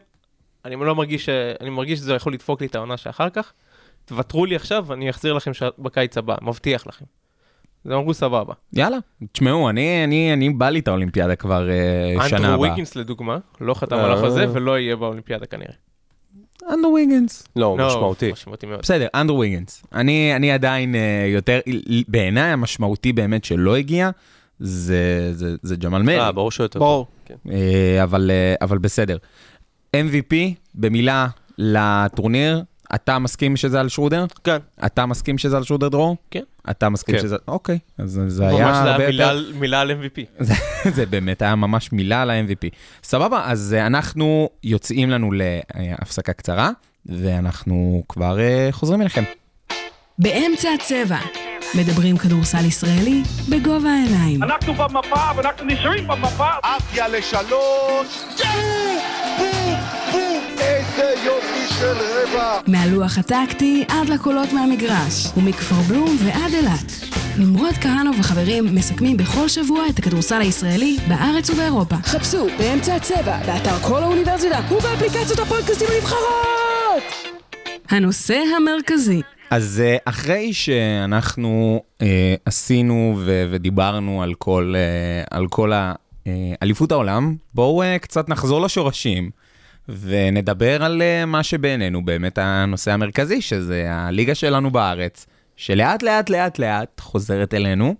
F: אני לא מרגיש, ש- אני מרגיש שזה יכול לדפוק לי את העונה שאחר כך, תוותרו לי עכשיו, אני אחזיר לכם ש- בקיץ הבא, מבטיח לכם. אז הם אמרו סבבה.
D: יאללה, תשמעו, אני, אני, אני בא לי את האולימפיאדה כבר uh, שנה
F: אנדרו
D: הבאה.
F: וויקינס לדוגמה, לא חתם
E: אה.
F: על החוזה ולא יהיה באולימפיאדה כנראה.
D: אנדרו וויקינס.
E: לא, הוא
F: לא,
E: משמעותי.
F: משמעותי מאוד.
D: בסדר, אנדרו וויקינס. אני, אני עדיין uh, יותר, בעיניי המשמעותי באמת שלא הגיע, זה, זה, זה ג'מאל מרי,
E: אה, ברור שיותר.
G: ברור.
D: אה, אבל, uh, אבל בסדר. MVP, במילה לטורניר, אתה מסכים שזה על שרודר?
G: כן.
D: אתה מסכים שזה על שרודר דרור?
F: כן.
D: אתה מסכים
E: כן.
D: שזה... אוקיי, אז זה היה
F: ממש זה
D: הרבה
F: היה
D: יותר... אה,
F: מילה- מילה על MVP.
D: זה באמת היה ממש מילה על ה-MVP. סבבה, אז אה, אנחנו יוצאים לנו להפסקה קצרה, ואנחנו כבר אה, חוזרים אליכם.
C: באמצע הצבע. מדברים כדורסל ישראלי בגובה העיניים.
H: אנחנו במפה, ואנחנו נשארים במפה.
I: עפיה לשלוש, כן! בום! בום! איזה יופי של רבע!
C: מהלוח הטקטי עד לקולות מהמגרש, ומכפר בלום ועד אילת. נמרוד כהנוב וחברים מסכמים בכל שבוע את הכדורסל הישראלי בארץ ובאירופה.
J: חפשו באמצע הצבע, באתר כל האוניברסיטה ובאפליקציות הפודקאסטים הנבחרות!
C: הנושא המרכזי,
D: אז אה, אחרי שאנחנו אה, עשינו ו- ודיברנו על כל, אה, על כל ה- אה, אליפות העולם, בואו אה, קצת נחזור לשורשים ונדבר על אה, מה שבינינו באמת הנושא המרכזי, שזה הליגה שלנו בארץ, שלאט לאט לאט לאט חוזרת אלינו.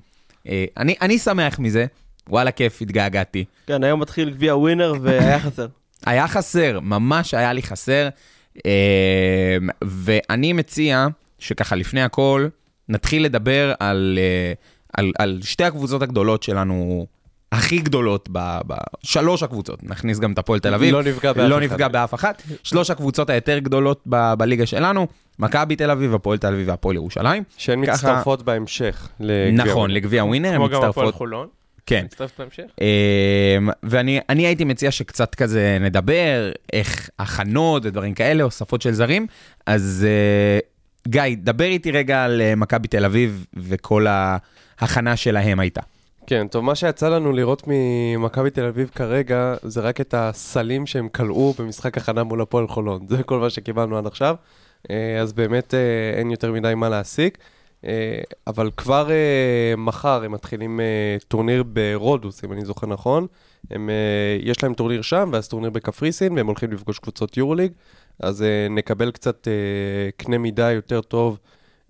D: אה, אני, אני שמח מזה, וואלה כיף, התגעגעתי.
G: כן, היום מתחיל גביע ווינר והיה חסר.
D: היה חסר, ממש היה לי חסר. אמ, ואני מציע שככה לפני הכל, נתחיל לדבר על, אה, על, על שתי הקבוצות הגדולות שלנו, הכי גדולות, ב, ב, שלוש הקבוצות, נכניס גם את הפועל תל אביב.
E: לא נפגע באף
D: לא
E: אחד.
D: נפגע באף אחת. שלוש הקבוצות היותר גדולות ב, בליגה שלנו, מכבי תל אביב, הפועל תל אביב והפועל ירושלים.
E: שהן
D: ככה-
E: מצטרפות בהמשך לגביע.
D: נכון, לגביע ווינר, הן
F: כמו גם הפועל
D: מצטרפות.
F: חולון.
D: כן.
F: מצטרפת להמשך.
D: אמ, ואני אני הייתי מציע שקצת כזה נדבר, איך הכנות ודברים כאלה, הוספות של זרים. אז אה, גיא, דבר איתי רגע על אה, מכבי תל אביב וכל ההכנה שלהם הייתה.
E: כן, טוב, מה שיצא לנו לראות ממכבי תל אביב כרגע, זה רק את הסלים שהם כלאו במשחק הכנה מול הפועל חולון. זה כל מה שקיבלנו עד עכשיו. אה, אז באמת אה, אין יותר מדי מה להסיק. אה, אבל כבר אה, מחר הם מתחילים אה, טורניר ברודוס, אם אני זוכר נכון. הם, אה, יש להם טורניר שם, ואז טורניר בקפריסין, והם הולכים לפגוש קבוצות יורוליג. אז אה, נקבל קצת אה, קנה מידה יותר טוב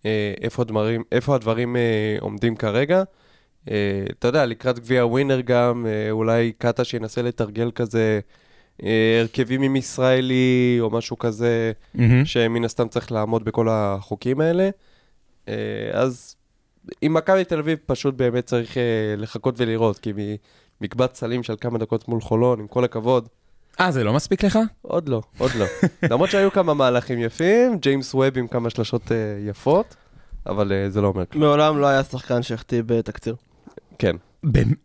E: אה, איפה הדברים, איפה הדברים אה, עומדים כרגע. אה, אתה יודע, לקראת גביע ווינר גם, אה, אולי קאטה שינסה לתרגל כזה אה, הרכבים עם ישראלי או משהו כזה,
D: Mm-hmm.
E: שמן הסתם צריך לעמוד בכל החוקים האלה. אה, אז עם מכבי תל אביב פשוט באמת צריך אה, לחכות ולראות, כי מקבץ סלים של כמה דקות מול חולון, עם כל הכבוד,
D: אה, זה לא מספיק לך?
E: עוד לא, עוד לא. למרות שהיו כמה מהלכים יפים, ג'יימס ווב עם כמה שלשות אה, יפות, אבל אה, זה לא אומר כלום.
G: מעולם לא היה שחקן שהחטיא בתקציר.
E: כן.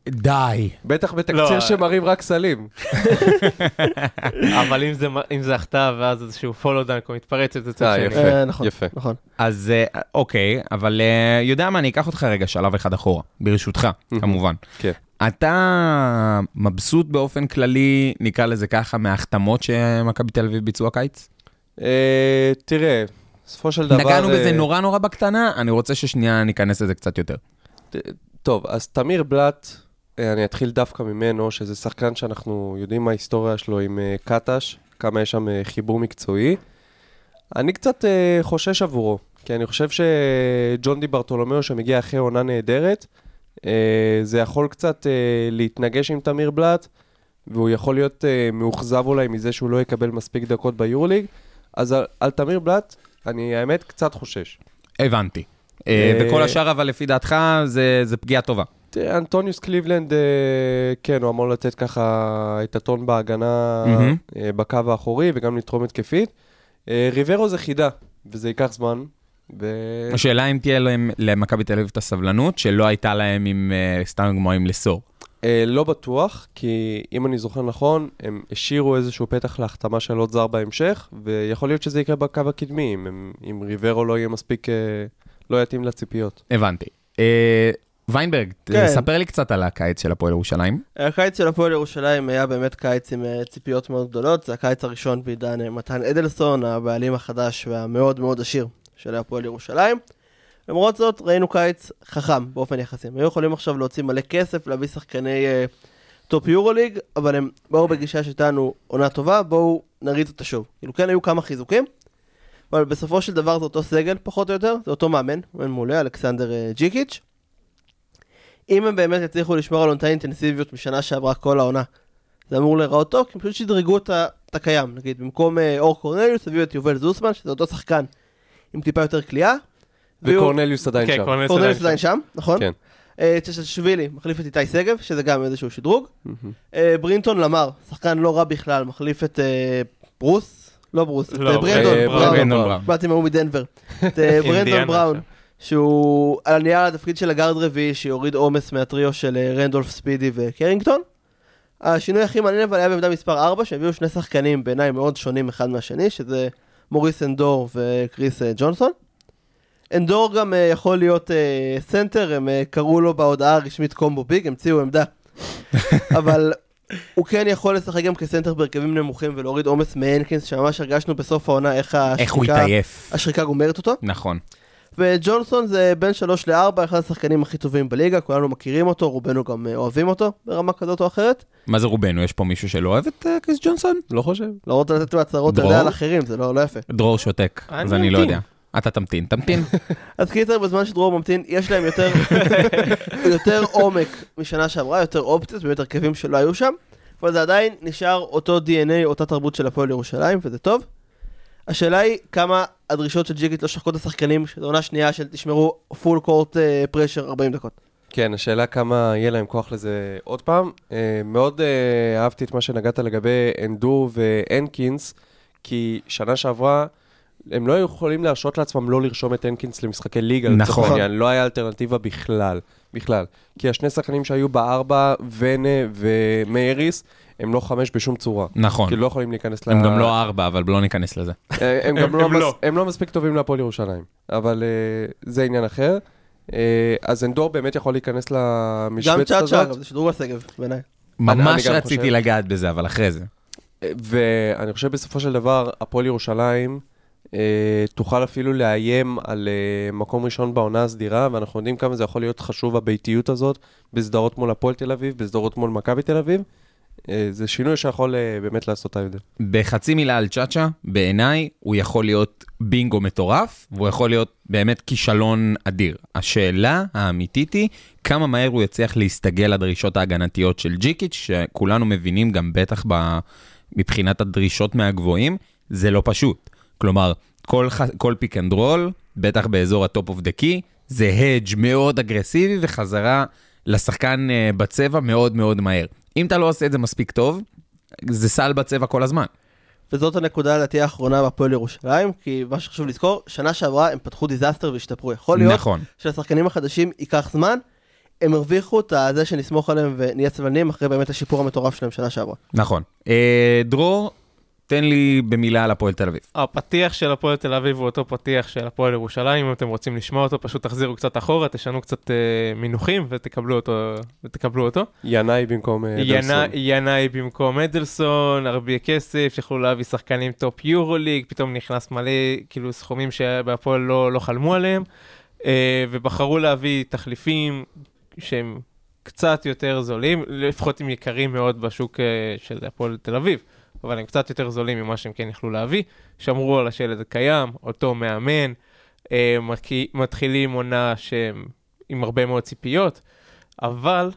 D: די.
E: בטח
F: לא,
E: בתקציר שמראים רק סלים.
F: אבל אם זה- אם זה החטאה ואז איזשהו פולו דנק או מתפרצת, זה
E: אה,
F: צד שני.
E: יפה.
G: אה, נכון,
E: יפה.
G: נכון.
D: אז אה, אוקיי, אבל אה, יודע מה, אני אקח אותך רגע שלב אחד אחורה, ברשותך, כמובן.
E: כן.
D: אתה מבסוט באופן כללי, נקרא לזה ככה, מההחתמות שמכבי תל אביב ביצעו הקיץ?
E: אה, תראה, בסופו של דבר...
D: נגענו בזה
E: אה,
D: נורא נורא בקטנה, אני רוצה ששנייה ניכנס לזה קצת יותר.
E: טוב, אז תמיר בלאט, אה, אני אתחיל דווקא ממנו, שזה שחקן שאנחנו יודעים מה ההיסטוריה שלו עם אה, קטש, כמה יש שם אה, חיבור מקצועי. אני קצת אה, חושש עבורו, כי אני חושב שג'ון די ברטולומיאו שמגיע אחרי עונה נהדרת, אה, זה יכול קצת אה, להתנגש עם תמיר בלאט, והוא יכול להיות אה, מאוכזב אולי מזה שהוא לא יקבל מספיק דקות ביורוליג, אז על, על תמיר בלאט, אני האמת קצת חושש.
D: הבנתי. אה,
E: אה,
D: וכל השאר, אבל לפי דעתך, זה זה פגיעה טובה.
E: תראה, אנטוניוס קליבלנד, אה, כן, הוא אמור לתת ככה את הטון בהגנה
D: מהמם.
E: אה, בקו האחורי וגם לתרום התקפית. אה, ריברו זה חידה, וזה ייקח זמן. ו...
D: השאלה אם תהיה להם- למכבי תל אביב את הסבלנות, שלא הייתה להם עם, אה, סתם כמו עם לסור.
E: אה, לא בטוח, כי אם אני זוכר נכון, הם השאירו איזשהו פתח להחתמה של עוד זר בהמשך, ויכול להיות שזה יקרה בקו הקדמי, אם, הם- אם ריברו לא יהיה מספיק, אה, לא יתאים לציפיות.
D: הבנתי. אה, ויינברג,
G: כן.
D: ספר לי קצת על הקיץ של הפועל ירושלים.
G: הקיץ של הפועל ירושלים היה באמת קיץ עם אה, ציפיות מאוד גדולות, זה הקיץ הראשון בעידן אה, מתן אדלסון, הבעלים החדש והמאוד מאוד עשיר של הפועל ירושלים. למרות זאת, ראינו קיץ חכם באופן יחסי. הם היו יכולים עכשיו להוציא מלא כסף, להביא שחקני אה, טופ יורוליג, אבל הם באו בגישה שהייתה לנו עונה טובה, בואו נריץ אותה שוב. כאילו כן היו כמה חיזוקים, אבל בסופו של דבר זה אותו סגל פחות או יותר, זה אותו מאמן, מאמן מעולה, אלכסנדר אה, ג'יקיץ'. אם הם באמת יצליחו לשמור על אותה אינטנסיביות משנה שעברה כל העונה, זה אמור להיראות טוב, כי הם פשוט שדרגו את ה- את הקיים, נגיד במקום אה, אור קורנליוס הביאו את יובל זוסמן, שזה אותו שחקן עם טיפה יותר כליאה. הביאו-
E: וקורנליוס עדיין
F: כן,
E: שם.
F: קורנליוס
G: קורנליוס
F: עדיין
G: עדיין
F: שם.
G: שם, נכון?
E: כן.
G: אה, צ'צ'שווילי מחליף את איתי שגב, שזה גם איזשהו שדרוג. אה, ברינטון למר, שחקן לא רע בכלל, מחליף את אה, ברוס, לא ברוס, את
F: לא,
G: אה, ברנדון
E: אה,
G: בראון.
E: ברנדון.
D: ברנדון
E: בראון.
D: בראון.
G: באתי מההוא מדנבר. את אה,
F: אינדיאנה
G: ברנדון בראון,
F: עכשיו.
G: שהוא על הנייר התפקיד של הגארד רביעי, שיוריד עומס מהטריו של אה, רנדולף ספידי וקרינגטון. השינוי הכי מעניין אבל היה בעמדה מספר 4, שהביאו שני שחקנים בעיניי מאוד שונים אחד מהשני, שזה מוריס אנדור וקריס אה, ג'ונסון. אנדור גם אה, יכול להיות אה, סנטר, הם אה, קראו לו בהודעה הרשמית קומבו ביג, המציאו עמדה. אבל הוא כן יכול לשחק גם כסנטר בהרכבים נמוכים ולהוריד עומס מהנקינס, שממש הרגשנו בסוף העונה איך
D: איך הוא
G: השחיקה,
D: התעייף.
G: השחיקה גומרת אותו.
D: נכון.
G: וג'ונסון זה בין 3 ל-4, אחד השחקנים הכי טובים בליגה, כולנו מכירים אותו, רובנו גם אה, אוהבים אותו ברמה כזאת או אחרת.
D: מה זה רובנו? יש פה מישהו שלא אוהב את אה, קריס ג'ונסון?
E: לא חושב.
G: לא רוצה לתת לו הצהרות, אתה יודע,
D: דרור?
G: על אחרים, זה לא לא יפה.
D: דרור שותק,
F: אני
D: אז אני לא
F: ממתין.
D: יודע. אתה תמתין, תמתין.
G: אז קיצר, בזמן שדרור ממתין, יש להם יותר, יותר עומק משנה שעברה, יותר אופציות, באמת הרכבים שלא היו שם, אבל זה עדיין נשאר אותו DNA, אותה תרבות של הפועל ירושלים, וזה טוב. השאלה היא כמה הדרישות של ג'יקיט לא שחקו את השחקנים, שזו עונה שנייה של תשמרו פול קורט פרשר 40 דקות.
E: כן, השאלה כמה יהיה להם כוח לזה עוד פעם. אה, מאוד אה, אהבתי את מה שנגעת לגבי אנדו והנקינס, כי שנה שעברה הם לא היו יכולים להרשות לעצמם לא לרשום את הנקינס למשחקי ליגה,
D: נכון.
E: לצורך העניין. לא היה אלטרנטיבה בכלל, בכלל. כי השני שחקנים שהיו בארבע, ונה ומאיריס, הם לא חמש בשום צורה.
D: נכון.
E: כי לא יכולים להיכנס
D: הם גם לא ארבע, אבל לא ניכנס לזה.
E: אה, הם גם
F: הם-
E: לא
F: הם
E: מס-
F: לא.
E: הם לא מספיק טובים להפועל ירושלים, אבל אה, זה עניין אחר. אה, אז אנדור באמת יכול להיכנס
G: גם
E: למשבצת
G: צ'אצ'ה,
E: הזאת.
G: אגב, זה שדרוג לשגב בעיניי.
E: אני
D: ממש
E: גם
D: רציתי
E: חושב.
D: לגעת בזה, אבל אחרי זה.
E: אה, ואני חושב בסופו של דבר, הפועל ירושלים אה, תוכל אפילו לאיים על אה, מקום ראשון בעונה הסדירה, ואנחנו יודעים כמה זה יכול להיות חשוב, הביתיות הזאת, בסדרות מול הפועל תל אביב, בסדרות מול מכבי תל אביב. אה, זה שינוי שיכול אה, באמת לעשות את ההבדל.
D: בחצי מילה על צ'אצ'ה, בעיניי הוא יכול להיות בינגו מטורף, והוא יכול להיות באמת כישלון אדיר. השאלה האמיתית היא, כמה מהר הוא יצליח להסתגל לדרישות ההגנתיות של ג'יקיץ', שכולנו מבינים גם בטח ב... מבחינת הדרישות מהגבוהים, זה לא פשוט. כלומר, כל, ח... כל פיק אנד רול, בטח באזור הטופ אוף דה קי, זה הדג' מאוד אגרסיבי וחזרה לשחקן אה, בצבע מאוד מאוד מהר. אם אתה לא עושה את זה מספיק טוב, זה סל בצבע כל הזמן.
G: וזאת הנקודה לדעתי האחרונה בהפועל ירושלים, כי מה שחשוב לזכור, שנה שעברה הם פתחו דיזסטר והשתפרו. יכול להיות
D: נכון.
G: שלשחקנים החדשים ייקח זמן, הם הרוויחו את זה שנסמוך עליהם ונהיה סבלנים אחרי באמת השיפור המטורף שלהם שנה שעברה.
D: נכון. אה, דרור, תן לי במילה על הפועל תל אביב.
F: הפתיח של הפועל תל אביב הוא אותו פתיח של הפועל ירושלים, אם אתם רוצים לשמוע אותו, פשוט תחזירו קצת אחורה, תשנו קצת אה, מינוחים ותקבלו אותו. ותקבלו אותו.
E: ינאי במקום אה, דרסון.
F: ינא- ינאי במקום אדלסון, הרבה כסף, יכלו להביא שחקנים טופ יורוליג, פתאום נכנס מלא כאילו סכומים שבהפועל לא, לא חלמו עליהם, אה, ובחרו להביא תחליפים שהם קצת יותר זולים, לפחות הם יקרים מאוד בשוק אה, של הפועל תל אביב, אבל הם קצת יותר זולים ממה שהם כן יכלו להביא, שמרו על השלד הקיים, אותו מאמן, אה, מתחי- מתחילים עונה שהם עם הרבה מאוד ציפיות, אבל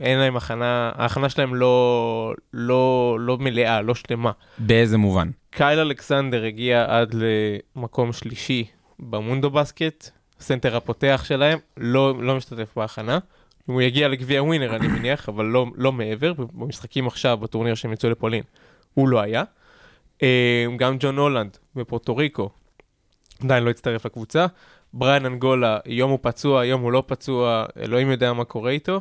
F: אין להם הכנה, ההכנה שלהם לא, לא, לא מלאה, לא שלמה.
D: באיזה מובן?
F: קייל אלכסנדר הגיע עד למקום שלישי במונדו בסקט, הסנטר הפותח שלהם, לא, לא משתתף בהכנה. הוא יגיע לגביע ווינר, אני מניח, אבל לא, לא מעבר, במשחקים עכשיו, בטורניר שהם יצאו לפולין, הוא לא היה. אה, גם ג'ון הולנד בפורטו ריקו עדיין לא הצטרף לקבוצה. בריאן אנגולה, יום הוא פצוע, יום הוא לא פצוע, אלוהים יודע מה קורה איתו.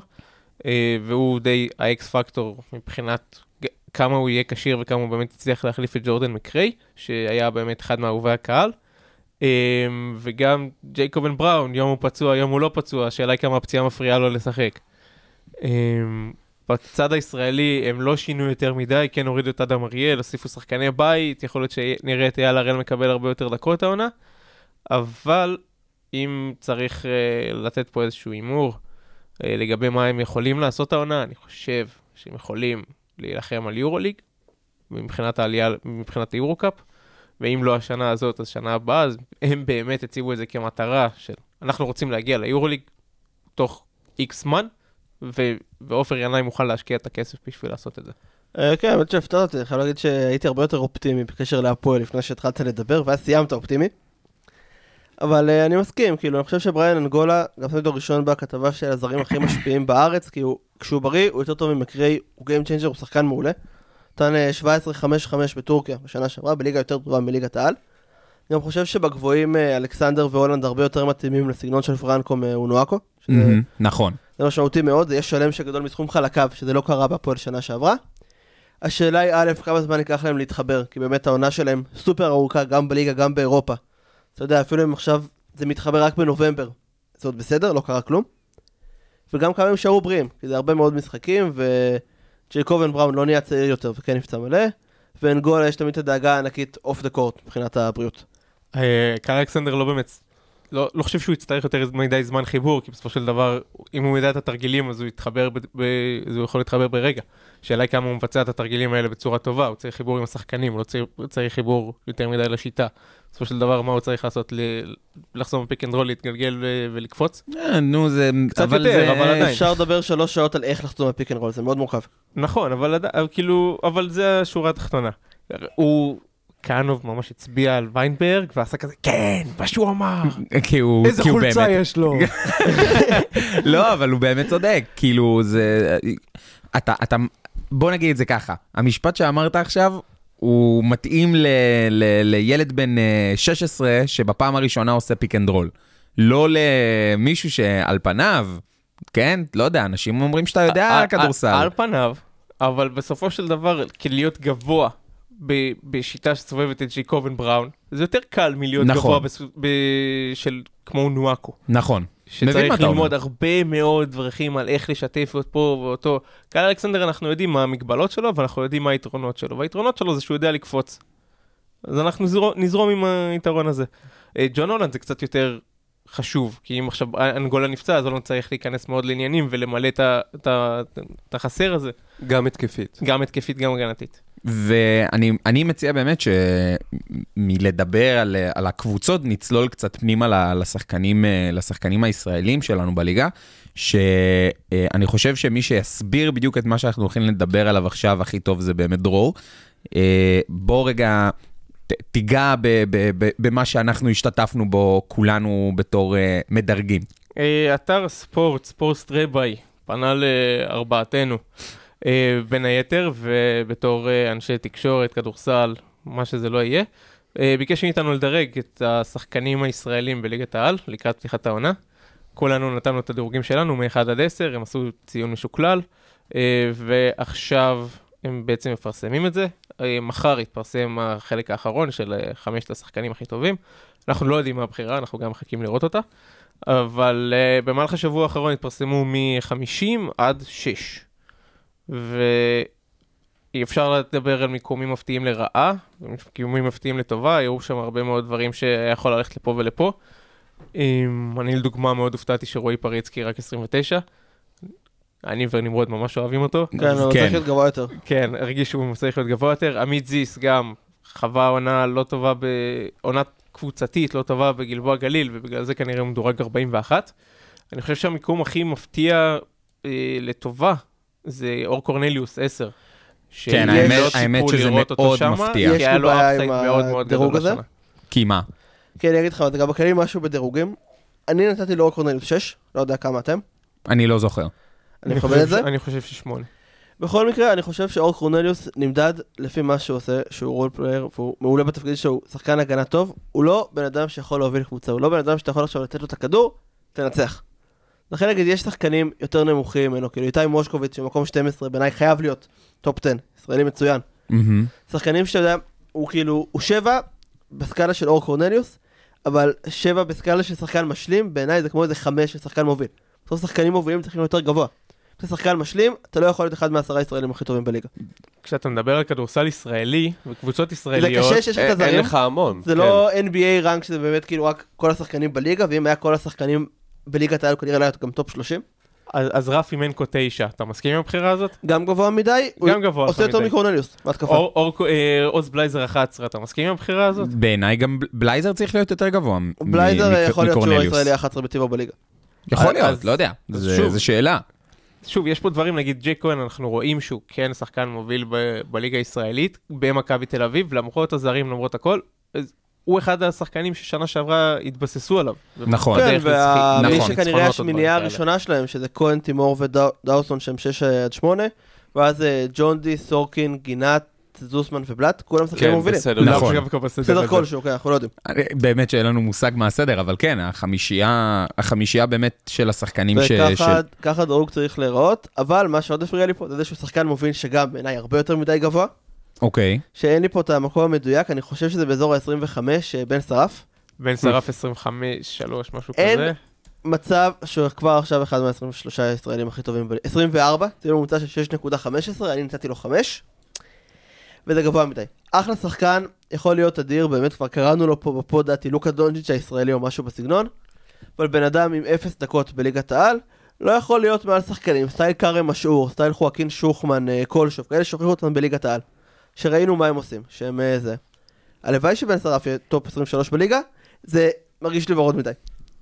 F: אה, והוא די האקס פקטור מבחינת ג- כמה הוא יהיה כשיר וכמה הוא באמת הצליח להחליף את ג'ורדן מקריי, שהיה באמת אחד מאהובי הקהל. אה, וגם ג'ייקובן בראון, יום הוא פצוע, יום הוא לא פצוע, השאלה היא כמה הפציעה מפריעה לו לשחק. אה, בצד הישראלי הם לא שינו יותר מדי, כן הורידו את אדם אריאל, הוסיפו שחקני בית, יכול להיות שנראה את אייל הראל מקבל הרבה יותר דקות העונה, אבל אם צריך אה, לתת פה איזשהו הימור, אה, לגבי מה הם יכולים לעשות העונה, אני חושב שהם יכולים להילחם על יורוליג, מבחינת העלייה, מבחינת היורוקאפ, ואם לא השנה הזאת, אז שנה הבאה, אז הם באמת הציבו את זה כמטרה של אנחנו רוצים להגיע ליורוליג תוך איקס זמן, ו- ועופר ינאי מוכן להשקיע את הכסף בשביל לעשות את זה.
G: אה, כן, האמת שהפתעת אותי, אני חייב להגיד שהייתי הרבה יותר אופטימי בקשר להפועל לפני שהתחלת לדבר, ואז סיימת אופטימי. אבל אה, אני מסכים, כאילו, אני חושב שבריאן אנגולה, גם שמתי אותו ראשון בכתבה של הזרים הכי משפיעים בארץ, כי הוא, כשהוא בריא, הוא יותר טוב ממקרי, הוא גיים צ'יינג'ר, הוא שחקן מעולה. נתן אה, 17-5-5 בטורקיה בשנה שעברה, בליגה יותר טובה מליגת העל. אני גם חושב שבגבוהים אה, אלכסנדר והולנד הרבה יותר מתאימים לסגנון של פרנקו מאונואקו.
F: אה.
G: שזה-
D: מהמם, נכון.
G: זה משמעותי מאוד, זה יש שלם שגדול מסכום חלקיו, שזה לא קרה בהפועל שנה שעברה. השאלה היא א', כמה זמן ייקח להם להתחבר, כי באמת העונה שלהם סופר ארוכה, גם בליגה, גם באירופה. אתה יודע, אפילו אם עכשיו זה מתחבר רק בנובמבר, זה עוד בסדר, לא קרה כלום. וגם כמה הם יישארו בריאים, כי זה הרבה מאוד משחקים, וג'ייקובן בראון לא נהיה צעיר יותר, וכן נפצע מלא, ואנגולה יש תמיד את הדאגה הענקית אוף דה קורט מבחינת הבריאות.
F: אה, קאר אלכסנדר לא באמת לא, לא חושב שהוא יצטרך יותר מדי זמן חיבור, כי בסופו של דבר, אם הוא יודע את התרגילים, אז הוא, יתחבר ב, ב, אז הוא יכול להתחבר ברגע. השאלה היא כמה הוא מבצע את התרגילים האלה בצורה טובה, הוא צריך חיבור עם השחקנים, הוא לא צריך, הוא צריך חיבור יותר מדי לשיטה. בסופו של דבר, מה הוא צריך לעשות? ל, לחסום פיק אנד רול, להתגלגל ו, ולקפוץ?
D: אה, נו, זה...
F: קצת יותר, אבל עדיין.
G: אפשר לדבר שלוש שעות על איך לחתום בפיק אנד רול, זה מאוד מורכב.
F: נכון, אבל עד- אבל כאילו, אבל זה השורה התחתונה. הוא, כהנוב ממש הצביע על ויינברג, ועשה כזה, כן, מה שהוא אמר.
D: כי הוא,
E: איזה
D: כי הוא
E: חולצה
D: באמת...
E: יש לו.
D: לא, אבל הוא באמת צודק, כאילו זה... אתה, אתה... בוא נגיד את זה ככה, המשפט שאמרת עכשיו... הוא מתאים ל, ל, לילד בן אה, 16 שבפעם הראשונה עושה פיק אנד רול. לא למישהו שעל פניו, כן? לא יודע, אנשים אומרים שאתה יודע
F: על-
D: על כדורסל.
F: על פניו, אבל בסופו של דבר, כלהיות גבוה ב- בשיטה שסובבת את ג'יקובן בראון, זה יותר קל מלהיות
D: נכון.
F: גבוה בס- ב- של כמו נואקו.
D: נכון. מבין מה
F: שצריך
D: אתה אומר.
F: ללמוד הרבה מאוד דרכים על איך לשתף אותו פה ואותו. קהל אלכסנדר, אנחנו יודעים מה המגבלות שלו, ואנחנו יודעים מה היתרונות שלו. והיתרונות שלו זה שהוא יודע לקפוץ. אז אנחנו זרו- נזרום עם היתרון הזה. אה, ג'ון הולנד זה קצת יותר חשוב, כי אם עכשיו אנגולה נפצע, אז הולנד צריך להיכנס מאוד לעניינים ולמלא את ה- את ה- את החסר הזה,
E: גם התקפית.
F: גם התקפית, גם הגנתית.
D: ואני אני מציע באמת שמלדבר על, על הקבוצות נצלול קצת פנימה ל- לשחקנים, אה, לשחקנים הישראלים שלנו בליגה, שאני חושב שמי שיסביר בדיוק את מה שאנחנו הולכים לדבר עליו עכשיו הכי טוב זה באמת דרור. אה, בוא רגע ת- תיגע ב- ב- ב- במה שאנחנו השתתפנו בו כולנו בתור אה, מדרגים.
F: אה, אתר ספורט, ספורט רביי, פנה לארבעתנו, אה, בין היתר, ובתור אה, אנשי תקשורת, כדורסל, מה שזה לא יהיה, אה, ביקש מאיתנו לדרג את השחקנים הישראלים בליגת העל לקראת פתיחת העונה. כולנו נתנו את הדירוגים שלנו מ-1 עד 10, הם עשו ציון משוקלל, אה, ועכשיו הם בעצם מפרסמים את זה. אה, מחר יתפרסם החלק האחרון של אה, חמשת השחקנים הכי טובים. אנחנו לא יודעים מה הבחירה, אנחנו גם מחכים לראות אותה. אבל uh, במהלך השבוע האחרון התפרסמו מ-50 עד 6. ואי אפשר לדבר על מיקומים מפתיעים לרעה, מיקומים מפתיעים לטובה, היו שם הרבה מאוד דברים שהיה יכול ללכת לפה ולפה. אם, אני לדוגמה מאוד הופתעתי שרועי פריצקי רק 29. אני ונמרוד ממש אוהבים אותו.
G: כן, אבל צריך להיות גבוה יותר.
F: כן, הרגיש שהוא צריך להיות גבוה יותר. עמית זיס גם חווה עונה לא טובה, ב... עונה קבוצתית לא טובה בגלבוע גליל, ובגלל זה כנראה הוא מדורג 41. אני חושב שהמיקום הכי מפתיע אה, לטובה זה אור קורנליוס 10.
D: כן,
G: האמת-
D: האמת שזה מאוד מפתיע.
F: כי היה
G: יש לי
F: לו
G: בעיה
F: אפסייד
G: עם
F: מאוד מאוד
G: הדירוג
F: גדול
G: הזה.
F: השנה.
D: כי מה?
G: כן, אני אגיד לך, זה גם בכללי משהו בדירוגים. אני נתתי לאור קורנליוס 6, לא יודע כמה אתם,
D: אני לא זוכר.
G: אני מכבד את זה.
F: אני חושב ששמונה.
G: בכל מקרה, אני חושב שאור קורנליוס נמדד לפי מה שהוא עושה, שהוא רול פלייר, והוא מעולה בתפקיד שהוא שחקן הגנה טוב, הוא לא בן אדם שיכול להוביל קבוצה, הוא לא בן אדם שאתה יכול עכשיו לתת לו את הכדור, תנצח. לכן נגיד, יש שחקנים יותר נמוכים ממנו, כאילו איתי מושקוביץ במקום 12, בעיניי חייב להיות טופ 10, ישראלי מצוין.
D: מהמם.
G: שחקנים שאתה יודע, הוא כאילו, הוא שבע בסקאלה של אור קורנליוס, אבל שבע בסקאלה של שחקן משלים, בעיניי זה כמו איזה חמש של שחקן מוביל. בסוף שחקנים מובילים צריכים להיות יותר גבוה. אתה שחקן משלים, אתה לא יכול להיות אחד מעשרה ישראלים הכי טובים בליגה.
F: כשאתה מדבר על כדורסל ישראלי וקבוצות
G: זה
F: ישראליות,
G: קשה שיש לך
E: אין
G: את
E: אה, אין
G: הזרים,
E: לך המון.
G: זה לא NBA רנק שזה באמת כאילו רק כל השחקנים בליגה, ואם היה כל השחקנים בליגת העל, הוא כנראה לא היה גם טופ 30.
F: אז, אז רפי מנקו 9, אתה מסכים עם הבחירה הזאת?
G: גם גבוה מדי, הוא
F: גם גבוה
G: עושה
F: לך
G: יותר
F: מדי.
G: מקורנליוס,
D: נכון.
G: בהתקפה.
F: אור- אור- אה, עוז בלייזר 11, אתה מסכים עם הבחירה הזאת?
D: בעיניי גם בל- בלייזר צריך להיות יותר גבוה מ-
G: בלייזר
D: מק-
G: יכול להיות שהוא
D: מקורנליוס.
G: הישראלי ה-11 בטבעו בליגה.
D: יכול
F: אז-
D: להיות,
F: אז-
D: לא יודע.
F: אז
D: זה-
F: שוב.
D: זו שאלה. Mm.
F: שוב, יש פה דברים, נגיד ג'ק כהן, אנחנו רואים שהוא כן שחקן מוביל ב- בליגה הישראלית, במכבי תל אביב, למרות הזרים, למרות הכל. אז הוא אחד השחקנים ששנה שעברה התבססו עליו.
D: נכון.
G: כן,
F: בדרך לשחק-
G: ומי
D: נכון,
G: שכנראה
F: ניצחונות או דברים
G: השמינייה
F: כאלה.
G: הראשונה שלהם, שזה כהן, תימור ודאוסון שהם 6 עד 8, ואז אה, ג'ון די, סורקין, גינת, זוסמן ובלאט, כולם שחקנים מובילים.
E: בסדר.
D: נכון.
F: לאו דווקא כן, בסדר
G: בסדר
F: הזה.
G: כלשהו, כן, אנחנו לא יודעים.
D: אני- באמת שאין לנו מושג מה הסדר, אבל כן, החמישייה, החמישייה באמת של השחקנים ש...
G: וככה
D: של-
G: ככה דירוג צריך להיראות, אבל מה שעוד הפריע לי פה זה זה שהוא שחקן מוביל שגם בעיניי הרבה יותר מדי גבוה,
D: אוקיי.
G: שאין לי פה את המקום המדויק, אני חושב שזה באזור ה-25, אה, בן שרף.
F: בן שרף 25, 3, משהו
G: אין-
F: כזה.
G: מצב שהוא כבר עכשיו אחד מה-23 הישראלים הכי טובים, ב- 24, ציון ממוצע של 6.15, אני נתתי לו 5, וזה גבוה מדי. אחלה שחקן, יכול להיות אדיר, באמת כבר קראנו לו פה בפוד, דעתי, לוקה דונג'יץ' הישראלי או משהו בסגנון, אבל בן אדם עם אפס דקות בליגת העל, לא יכול להיות מעל שחקנים, סטייל קארם משעור, סטייל חואקין שוחמן, אה, קולשוב, כאלה שהוכיחו אותם בליגת העל, שראינו מה הם עושים, שהם אה, זה. הלוואי שבן שרף יהיה טופ 23 בליגה, זה מרגיש לי ורוד מדי.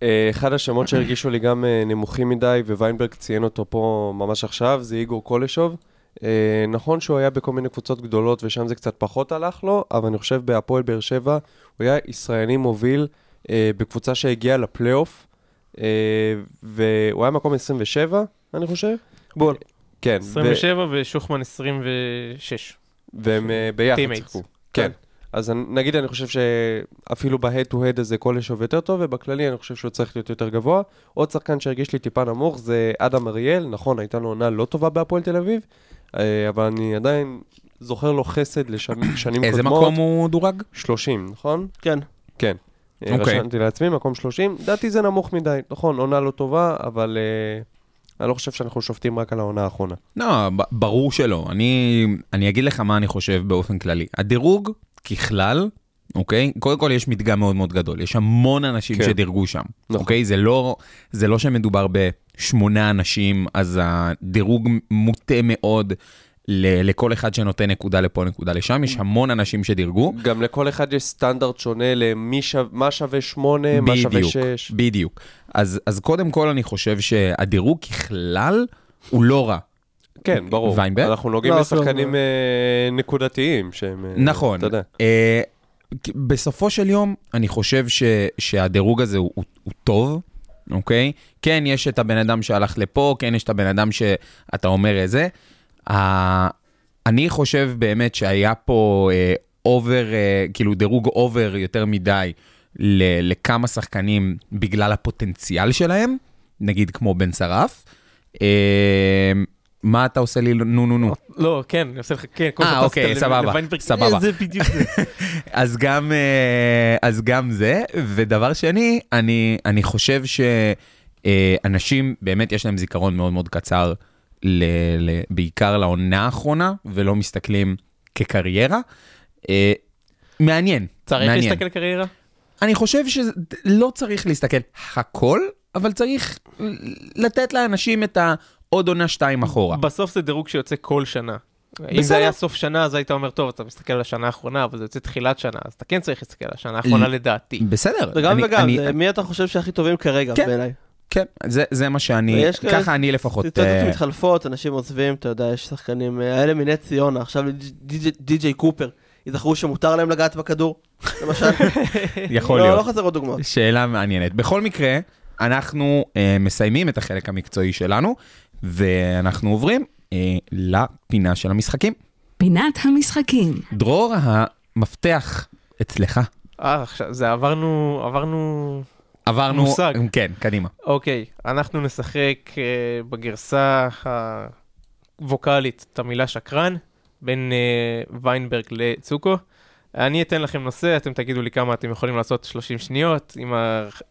E: אה, אחד השמות שהרגישו לי גם אה, נמוכים מדי, וויינברג ציין אותו פה ממש עכשיו, זה איגור קולשוב. אה, נכון שהוא היה בכל מיני קבוצות גדולות ושם זה קצת פחות הלך לו, אבל אני חושב בהפועל באר שבע הוא היה ישראלי מוביל אה, בקבוצה שהגיעה לפלייאוף, אה, והוא היה מקום 27, אני חושב.
G: בול.
E: כן, ו-
F: 27 ושוחמן 26.
E: והם אה, ביחד
F: Teammates.
E: שיחקו.
F: כן.
E: כן. אז אני- נגיד, אני חושב שאפילו ב-head to head הזה קולשוב יותר טוב, ובכללי אני חושב שהוא צריך להיות יותר גבוה. עוד שחקן שהרגיש לי טיפה נמוך זה אדם אריאל, נכון, הייתה לו עונה לא טובה בהפועל תל אביב, אה, אבל אני עדיין זוכר לו חסד לשנים שנים קודמות.
D: איזה מקום הוא דורג?
E: 30, נכון?
G: כן.
E: אה,
D: אוקיי.
E: רשמתי לעצמי, מקום 30. לדעתי זה נמוך מדי, נכון, עונה לא טובה, אבל אה, אני לא חושב שאנחנו שופטים רק על העונה האחרונה.
D: לא, ב- ברור שלא. אני, אני אגיד לך מה אני חושב באופן כללי. הדירוג, ככלל, אוקיי? קודם כל יש מדגם מאוד מאוד גדול. יש המון אנשים כן.
E: כן.
D: שדירגו שם.
E: נכון.
D: אוקיי? זה לא, זה לא שמדובר בשמונה אנשים, אז הדירוג מוטה מאוד. ל- לכל אחד שנותן נקודה לפה, נקודה לשם, יש המון אנשים שדירגו.
E: גם לכל אחד יש סטנדרט שונה למי שו- מה שווה 8, מה שווה 6.
D: בדיוק. אז, אז קודם כל אני חושב שהדירוג ככלל הוא לא רע.
E: כן, ברור.
D: ויינברג?
E: אנחנו נוגעים
G: לא,
E: לשחקנים
G: אפילו-
E: אה, נקודתיים, שהם... אה,
D: נכון.
E: אתה יודע.
D: אה, כי בסופו של יום, אני חושב ש, שהדירוג הזה הוא, הוא, הוא טוב, אוקיי? כן, יש את הבן אדם שהלך לפה, כן, יש את הבן אדם שאתה אומר את זה. אה, אני חושב באמת שהיה פה אה, אובר, אה, כאילו דירוג אובר יותר מדי ל, לכמה שחקנים בגלל הפוטנציאל שלהם, נגיד כמו בן שרף. אה, מה אתה עושה לי? נו, נו, נו.
F: לא, כן, אני עושה לך, כן, כל
D: אה,
F: שטסת
D: אוקיי,
F: ל-
D: סבבה,
F: לוויינברג.
D: סבבה.
F: זה בדיוק זה.
D: אז גם, אה, אז גם זה, ודבר שני, אני, אני חושב שאנשים, באמת יש להם זיכרון מאוד מאוד קצר, ל, ל, בעיקר לעונה האחרונה, ולא מסתכלים כקריירה. אה, מעניין,
F: צריך
D: מעניין.
F: להסתכל קריירה?
D: אני חושב שלא צריך להסתכל הכל, אבל צריך לתת לאנשים את העוד עונה שתיים אחורה.
F: בסוף זה דירוג שיוצא כל שנה. אם זה היה סוף שנה, אז היית אומר, טוב, אתה מסתכל על השנה האחרונה, אבל זה יוצא תחילת שנה, אז אתה כן צריך להסתכל על השנה האחרונה
D: ל-
F: לדעתי.
D: בסדר.
G: זה גם
D: אני-
G: וגם,
D: אני-
G: זה מי אתה חושב שהכי טובים כרגע
D: כן.
G: בעיניי.
D: כן, זה, זה מה שאני,
G: ויש כאלה-
D: ככה אני לפחות...
G: סיטואציות
D: אה,
G: מתחלפות, אנשים עוזבים, אתה יודע, יש שחקנים, אה, האלה מנס ציונה, עכשיו די.ג'יי קופר, יזכרו שמותר להם לגעת בכדור, למשל.
D: יכול
G: לא,
D: להיות.
G: לא חסר עוד דוגמאות.
D: שאלה מעניינת. בכל מקרה, אנחנו אה, מסיימים את החלק המקצועי שלנו, ואנחנו עוברים אה, לפינה של המשחקים.
C: פינת המשחקים.
D: דרור, המפתח אצלך.
F: אה, עכשיו, זה עברנו, עברנו...
D: עברנו...
F: מושג.
D: כן, קדימה.
F: אוקיי, אנחנו נשחק אה, בגרסה הווקאלית את המילה שקרן, בין אה, ויינברג לצוקו. אני אתן לכם נושא, אתם תגידו לי כמה אתם יכולים לעשות 30 שניות. אם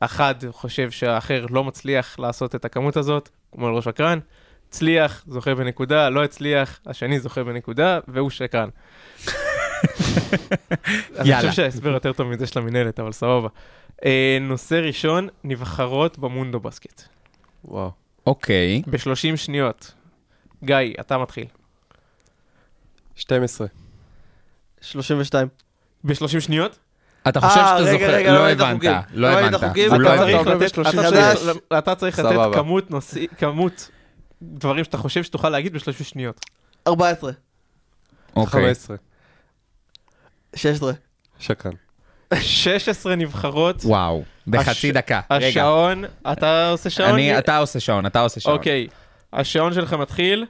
F: האחד חושב שהאחר לא מצליח לעשות את הכמות הזאת, כמו לא שקרן, הצליח, זוכה בנקודה, לא הצליח, השני זוכה בנקודה, והוא שקרן. אני
D: יאללה.
F: חושב שההסבר יותר טוב מזה של המינהלת, אבל סבבה. אה, נושא ראשון, נבחרות במונדו בסקט.
E: וואו.
D: אוקיי.
F: ב-30 שניות. גיא, אתה מתחיל.
E: 12.
G: 32.
F: ב-30 שניות?
D: אתה חושב
G: אה,
D: שאתה
G: רגע,
D: זוכר,
G: רגע, לא
D: לא
G: ראית
D: הבנת,
G: החוקים.
D: לא
G: לא ראית
D: הבנת,
G: החוקים,
D: הוא
G: אתה
D: לא
F: אתה צריך
D: הבנת.
E: ב- 30
F: לתת- אתה
G: שניות.
F: צריך- אתה צריך לתת
E: סבבה.
F: כמות נושאים, כמות דברים שאתה חושב שתוכל להגיד ב-30 שניות.
G: 14.
D: אוקיי.
E: 15.
G: 16.
E: שקרן.
F: 16 נבחרות,
D: וואו, בחצי
F: הש-
D: דקה. רגע,
F: השעון, אתה עושה שעון?
D: אני- אתה עושה שעון, אתה עושה שעון.
F: אוקיי, השעון שלך מתחיל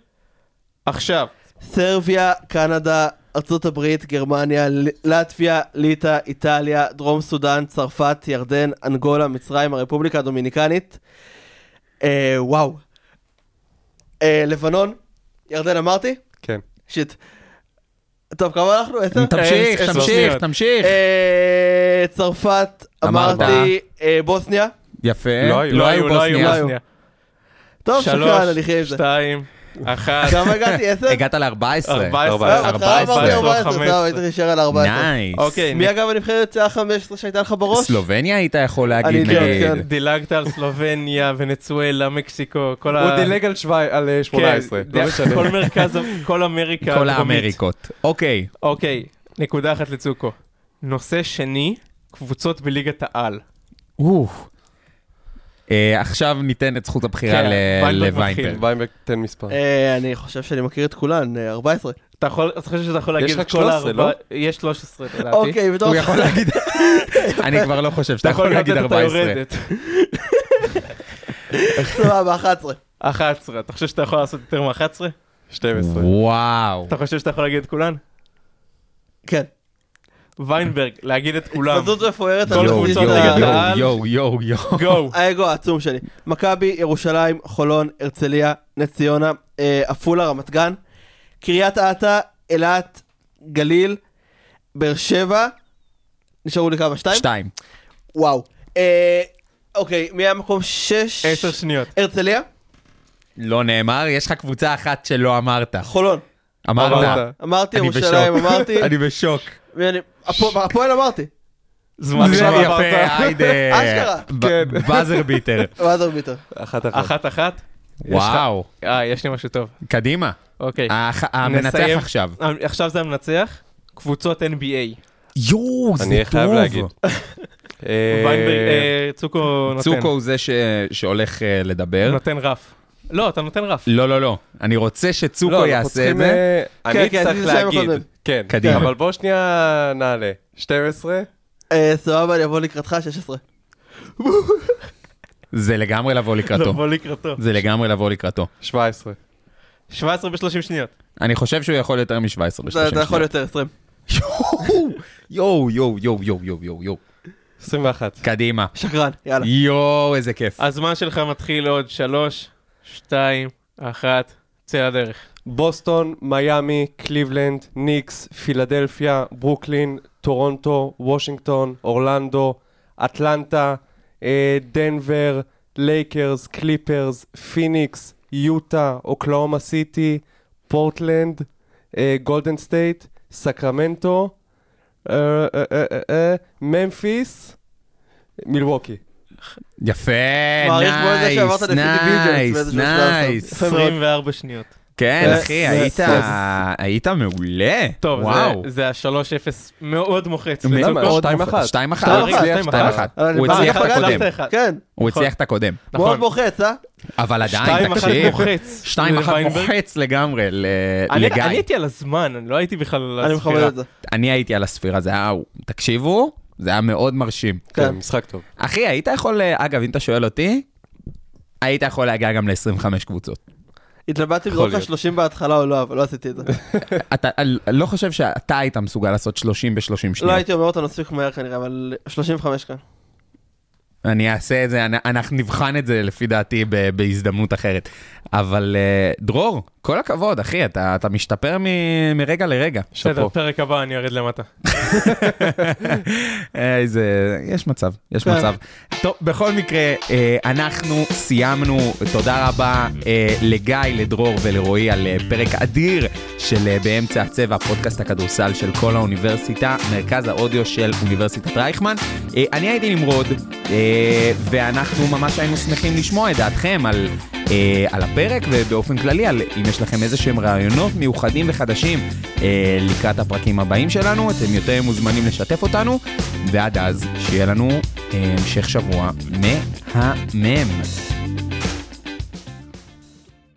F: עכשיו.
G: סרביה, קנדה, ארצות הברית, גרמניה, ל- לטביה, ליטא, איטליה, דרום סודאן, צרפת, ירדן, אנגולה, מצרים, הרפובליקה הדומיניקנית. אה, וואו. אה, לבנון, ירדן אמרתי?
E: כן.
G: שיט. טוב, כמה אנחנו? אה, עשר?
D: תמשיך,
F: עשר
D: תמשיך,
F: שניות.
D: תמשיך.
G: אה, צרפת,
D: אמרת.
G: אמרתי, אה, בוסניה.
D: יפה.
E: לא היו, לא
D: לא היו
F: לא היו,
D: בוסניה.
F: בוסניה.
G: טוב, שוכרן, אני חייב את
F: שלוש,
G: זה.
F: שתיים, אחת,
G: כמה הגעתי? עשר?
D: הגעת ל-14.
F: 14,
G: אה, בהתחלה אמרתי
F: 14,
G: 14, זהו, הייתי נשאר על 14.
D: נייס.
F: אוקיי,
G: מי אגב הנבחרת ה-15 שהייתה לך בראש?
D: סלובניה היית יכול להגיד
G: אני יודע,
D: נגיד.
G: כן.
F: דילגת על סלובניה, ונצואלה, מקסיקו, כל
G: אה.
F: ה...
E: הוא דילג על שוי- על אה, 18.
F: כן,
E: לא
F: דרך
E: משנה.
F: כל מרכז, כל אמריקה.
D: כל
F: הדרומית.
D: האמריקות. אוקיי,
F: אוקיי, נקודה אחת לצוקו. נושא שני, קבוצות בליגת העל.
D: אוף. אה, עכשיו ניתן את זכות הבחירה
F: כן,
D: ל-
F: ויינברג
D: לוויינברג.
F: מתחיל.
E: ויינברג, תן מספר.
G: אה, אני חושב שאני מכיר את כולן, אה, 14.
F: אתה יכול, אתה חושב שאתה יכול
E: יש
F: להגיד
E: רק
F: את כל
E: 13,
F: הארבע...
E: לא?
F: יש 13 לדעתי.
G: אוקיי, בתור...
D: הוא יכול להגיד, אני כבר לא חושב שאתה
F: אתה
D: יכול
F: יכול
D: להגיד
F: לתת אותה
D: 14.
F: יורדת.
G: סבבה, 11.
F: 11, אתה חושב שאתה יכול לעשות יותר מ-11?
E: 12.
D: וואו.
F: אתה חושב שאתה יכול להגיד את כולן?
G: כן.
F: ויינברג, להגיד את כולם.
G: התפזרות מפוארת.
F: כל
G: על
D: יואו,
G: בסיס
F: קבוצות
G: ה-
F: ליגת העל.
D: יואו, יואו, יואו, יואו.
F: גו.
G: האגו העצום שלי. מכבי, ירושלים, חולון, הרצליה, נס ציונה, אה, עפולה, רמת גן, קריית אתא, אילת, גליל, באר שבע, נשארו לי כמה? שתיים?
D: שתיים.
G: וואו. אה, אוקיי, מי היה מקום שש?
F: 10 שניות.
G: הרצליה,
D: לא נאמר, יש לך קבוצה אחת שלא אמרת.
G: חולון.
D: אמרת.
G: אמרתי
D: אני
G: ירושלים,
D: בשוק.
G: אמרתי.
D: אני בשוק.
G: מי אני- הפועל- הפועל אמרתי.
F: זמן
D: זה
F: כבר עברת.
D: יפה, היידה.
G: אשכרה.
D: באזר ביטר.
G: ואז אורביטר.
E: אחת אחת.
F: אחת אחת.
D: וואו.
F: אה, יש לי משהו טוב.
D: קדימה.
F: אוקיי.
D: האח- אה, המנצח
F: נסיים.
D: עכשיו.
F: אה, עכשיו זה המנצח. קבוצות NBA.
D: יואו, זה טוב. אוקיי.
E: אני חייב להגיד. אה,
F: ויינברג, אה, צוקו נותן.
D: צוקו הוא זה ש- שהולך אה, לדבר.
F: נותן רף. לא, אתה נותן רף.
D: לא, לא, לא. אני רוצה
E: לא,
D: שצוקו
E: אנחנו
D: יעשה את
E: צריכים,
D: זה.
E: אה, אני
G: כן, כן,
E: צריך
G: זה שם
E: להגיד.
G: הקודם.
E: כן,
D: קדימה.
E: אבל בוא שנייה נעלה. 12?
G: אה, סבבה, אני אבוא לקראתך, 16.
D: זה לגמרי לבוא לקראתו.
F: לבוא לקראתו.
D: זה לגמרי לבוא לקראתו.
E: 17.
F: 17 ב-30 שניות.
D: אני חושב שהוא יכול יותר מ-17 ב-30
G: אתה אתה יכול
D: שניות.
G: יותר, 20.
D: יואו, יואו, יואו, יואו, יואו, יואו, יואו.
E: 21.
D: קדימה.
G: שקרן, יאללה.
D: יואו, איזה כיף.
F: הזמן שלך מתחיל עוד 3, 2, 1, צא לדרך.
E: בוסטון, מיאמי, קליבלנד, ניקס, פילדלפיה, ברוקלין, טורונטו, וושינגטון, אורלנדו, אטלנטה, אה, דנבר, לייקרס, קליפרס, פיניקס, יוטה, אוקלאומה סיטי, פורטלנד, אה, גולדן סטייט, סקרמנטו, אה, אה, אה, אה, אה, ממפיס, מילווקי.
D: יפה,
G: מעריך מאוד את זה שעברת
D: נייס,
G: לפי
D: נייס,
G: דיוויז'ן באיזשהו שלב.
D: נייס.
G: יפה מאוד.
F: 24 שניות.
D: כן,
G: זה-
D: אחי,
G: זה-
D: היית-
G: זה-
D: היית מעולה.
F: טוב,
D: וואו.
F: זה- זה ה-3-0 מאוד מוחץ.
E: למה?
F: לצוקו.
D: מאוד
E: שתיים
D: מוכ-
E: אחת.
D: שתיים אחת.
G: שתיים אחת.
D: שתיים
F: שתיים
D: אחת.
G: אחת.
D: הוא
G: אבל
D: הצליח את
G: אני-
D: הקודם.
F: הצלחת אחד.
G: כן,
D: הוא הצליח את הקודם.
G: מאוד
F: נכון.
G: מוחץ, אה?
D: אבל עדיין,
F: 2-1
D: תקשיב.
F: מוחץ.
D: שתיים אחת
F: לוויינברג.
D: מוחץ לגמרי ל-
F: אני
D: לגיא.
F: אני הייתי על הזמן, אני לא הייתי בכלל על
G: אני
F: הספירה.
G: מכבד את זה. כן.
D: אני הייתי על הספירה, זה היה, תקשיבו, זה היה מאוד מרשים.
G: כן.
E: משחק טוב.
D: אחי, היית יכול, אה, אגב, אם אתה שואל אותי, היית יכול להגיע גם ל-25 קבוצות.
G: התלבטתי אם לך 30 בהתחלה או לא, אבל לא עשיתי את זה.
D: אתה אני לא חושב שאתה היית מסוגל לעשות 30 ב-30
G: לא
D: שניות.
G: הייתי אומר אותה מספיק מהר כנראה, אבל 35 כאן.
D: אני אעשה את זה, אנ- אנחנו נבחן את זה לפי דעתי ב- בהזדמנות אחרת. אבל אה, דרור, כל הכבוד, אחי, אתה אתה משתפר מ- מרגע לרגע.
F: בסדר, פרק הבא אני ארד למטה.
D: אה, איזה, יש מצב, יש מצב. טוב, בכל מקרה, אה, אנחנו סיימנו, תודה רבה אה, לגיא, לדרור ולרועי על אה, פרק אדיר של אה, באמצע הצבע, פודקאסט הכדורסל של כל האוניברסיטה, מרכז האודיו של אוניברסיטת רייכמן. אה, אני הייתי נמרוד, אה, ואנחנו ממש היינו שמחים לשמוע את דעתכם על, אה, על הפרק ובאופן כללי, על אם יש לכם איזה שהם רעיונות מיוחדים וחדשים אה, לקראת הפרקים הבאים שלנו, אתם יותר מוזמנים לשתף אותנו, ועד אז שיהיה לנו אה, המשך שבוע מהמם.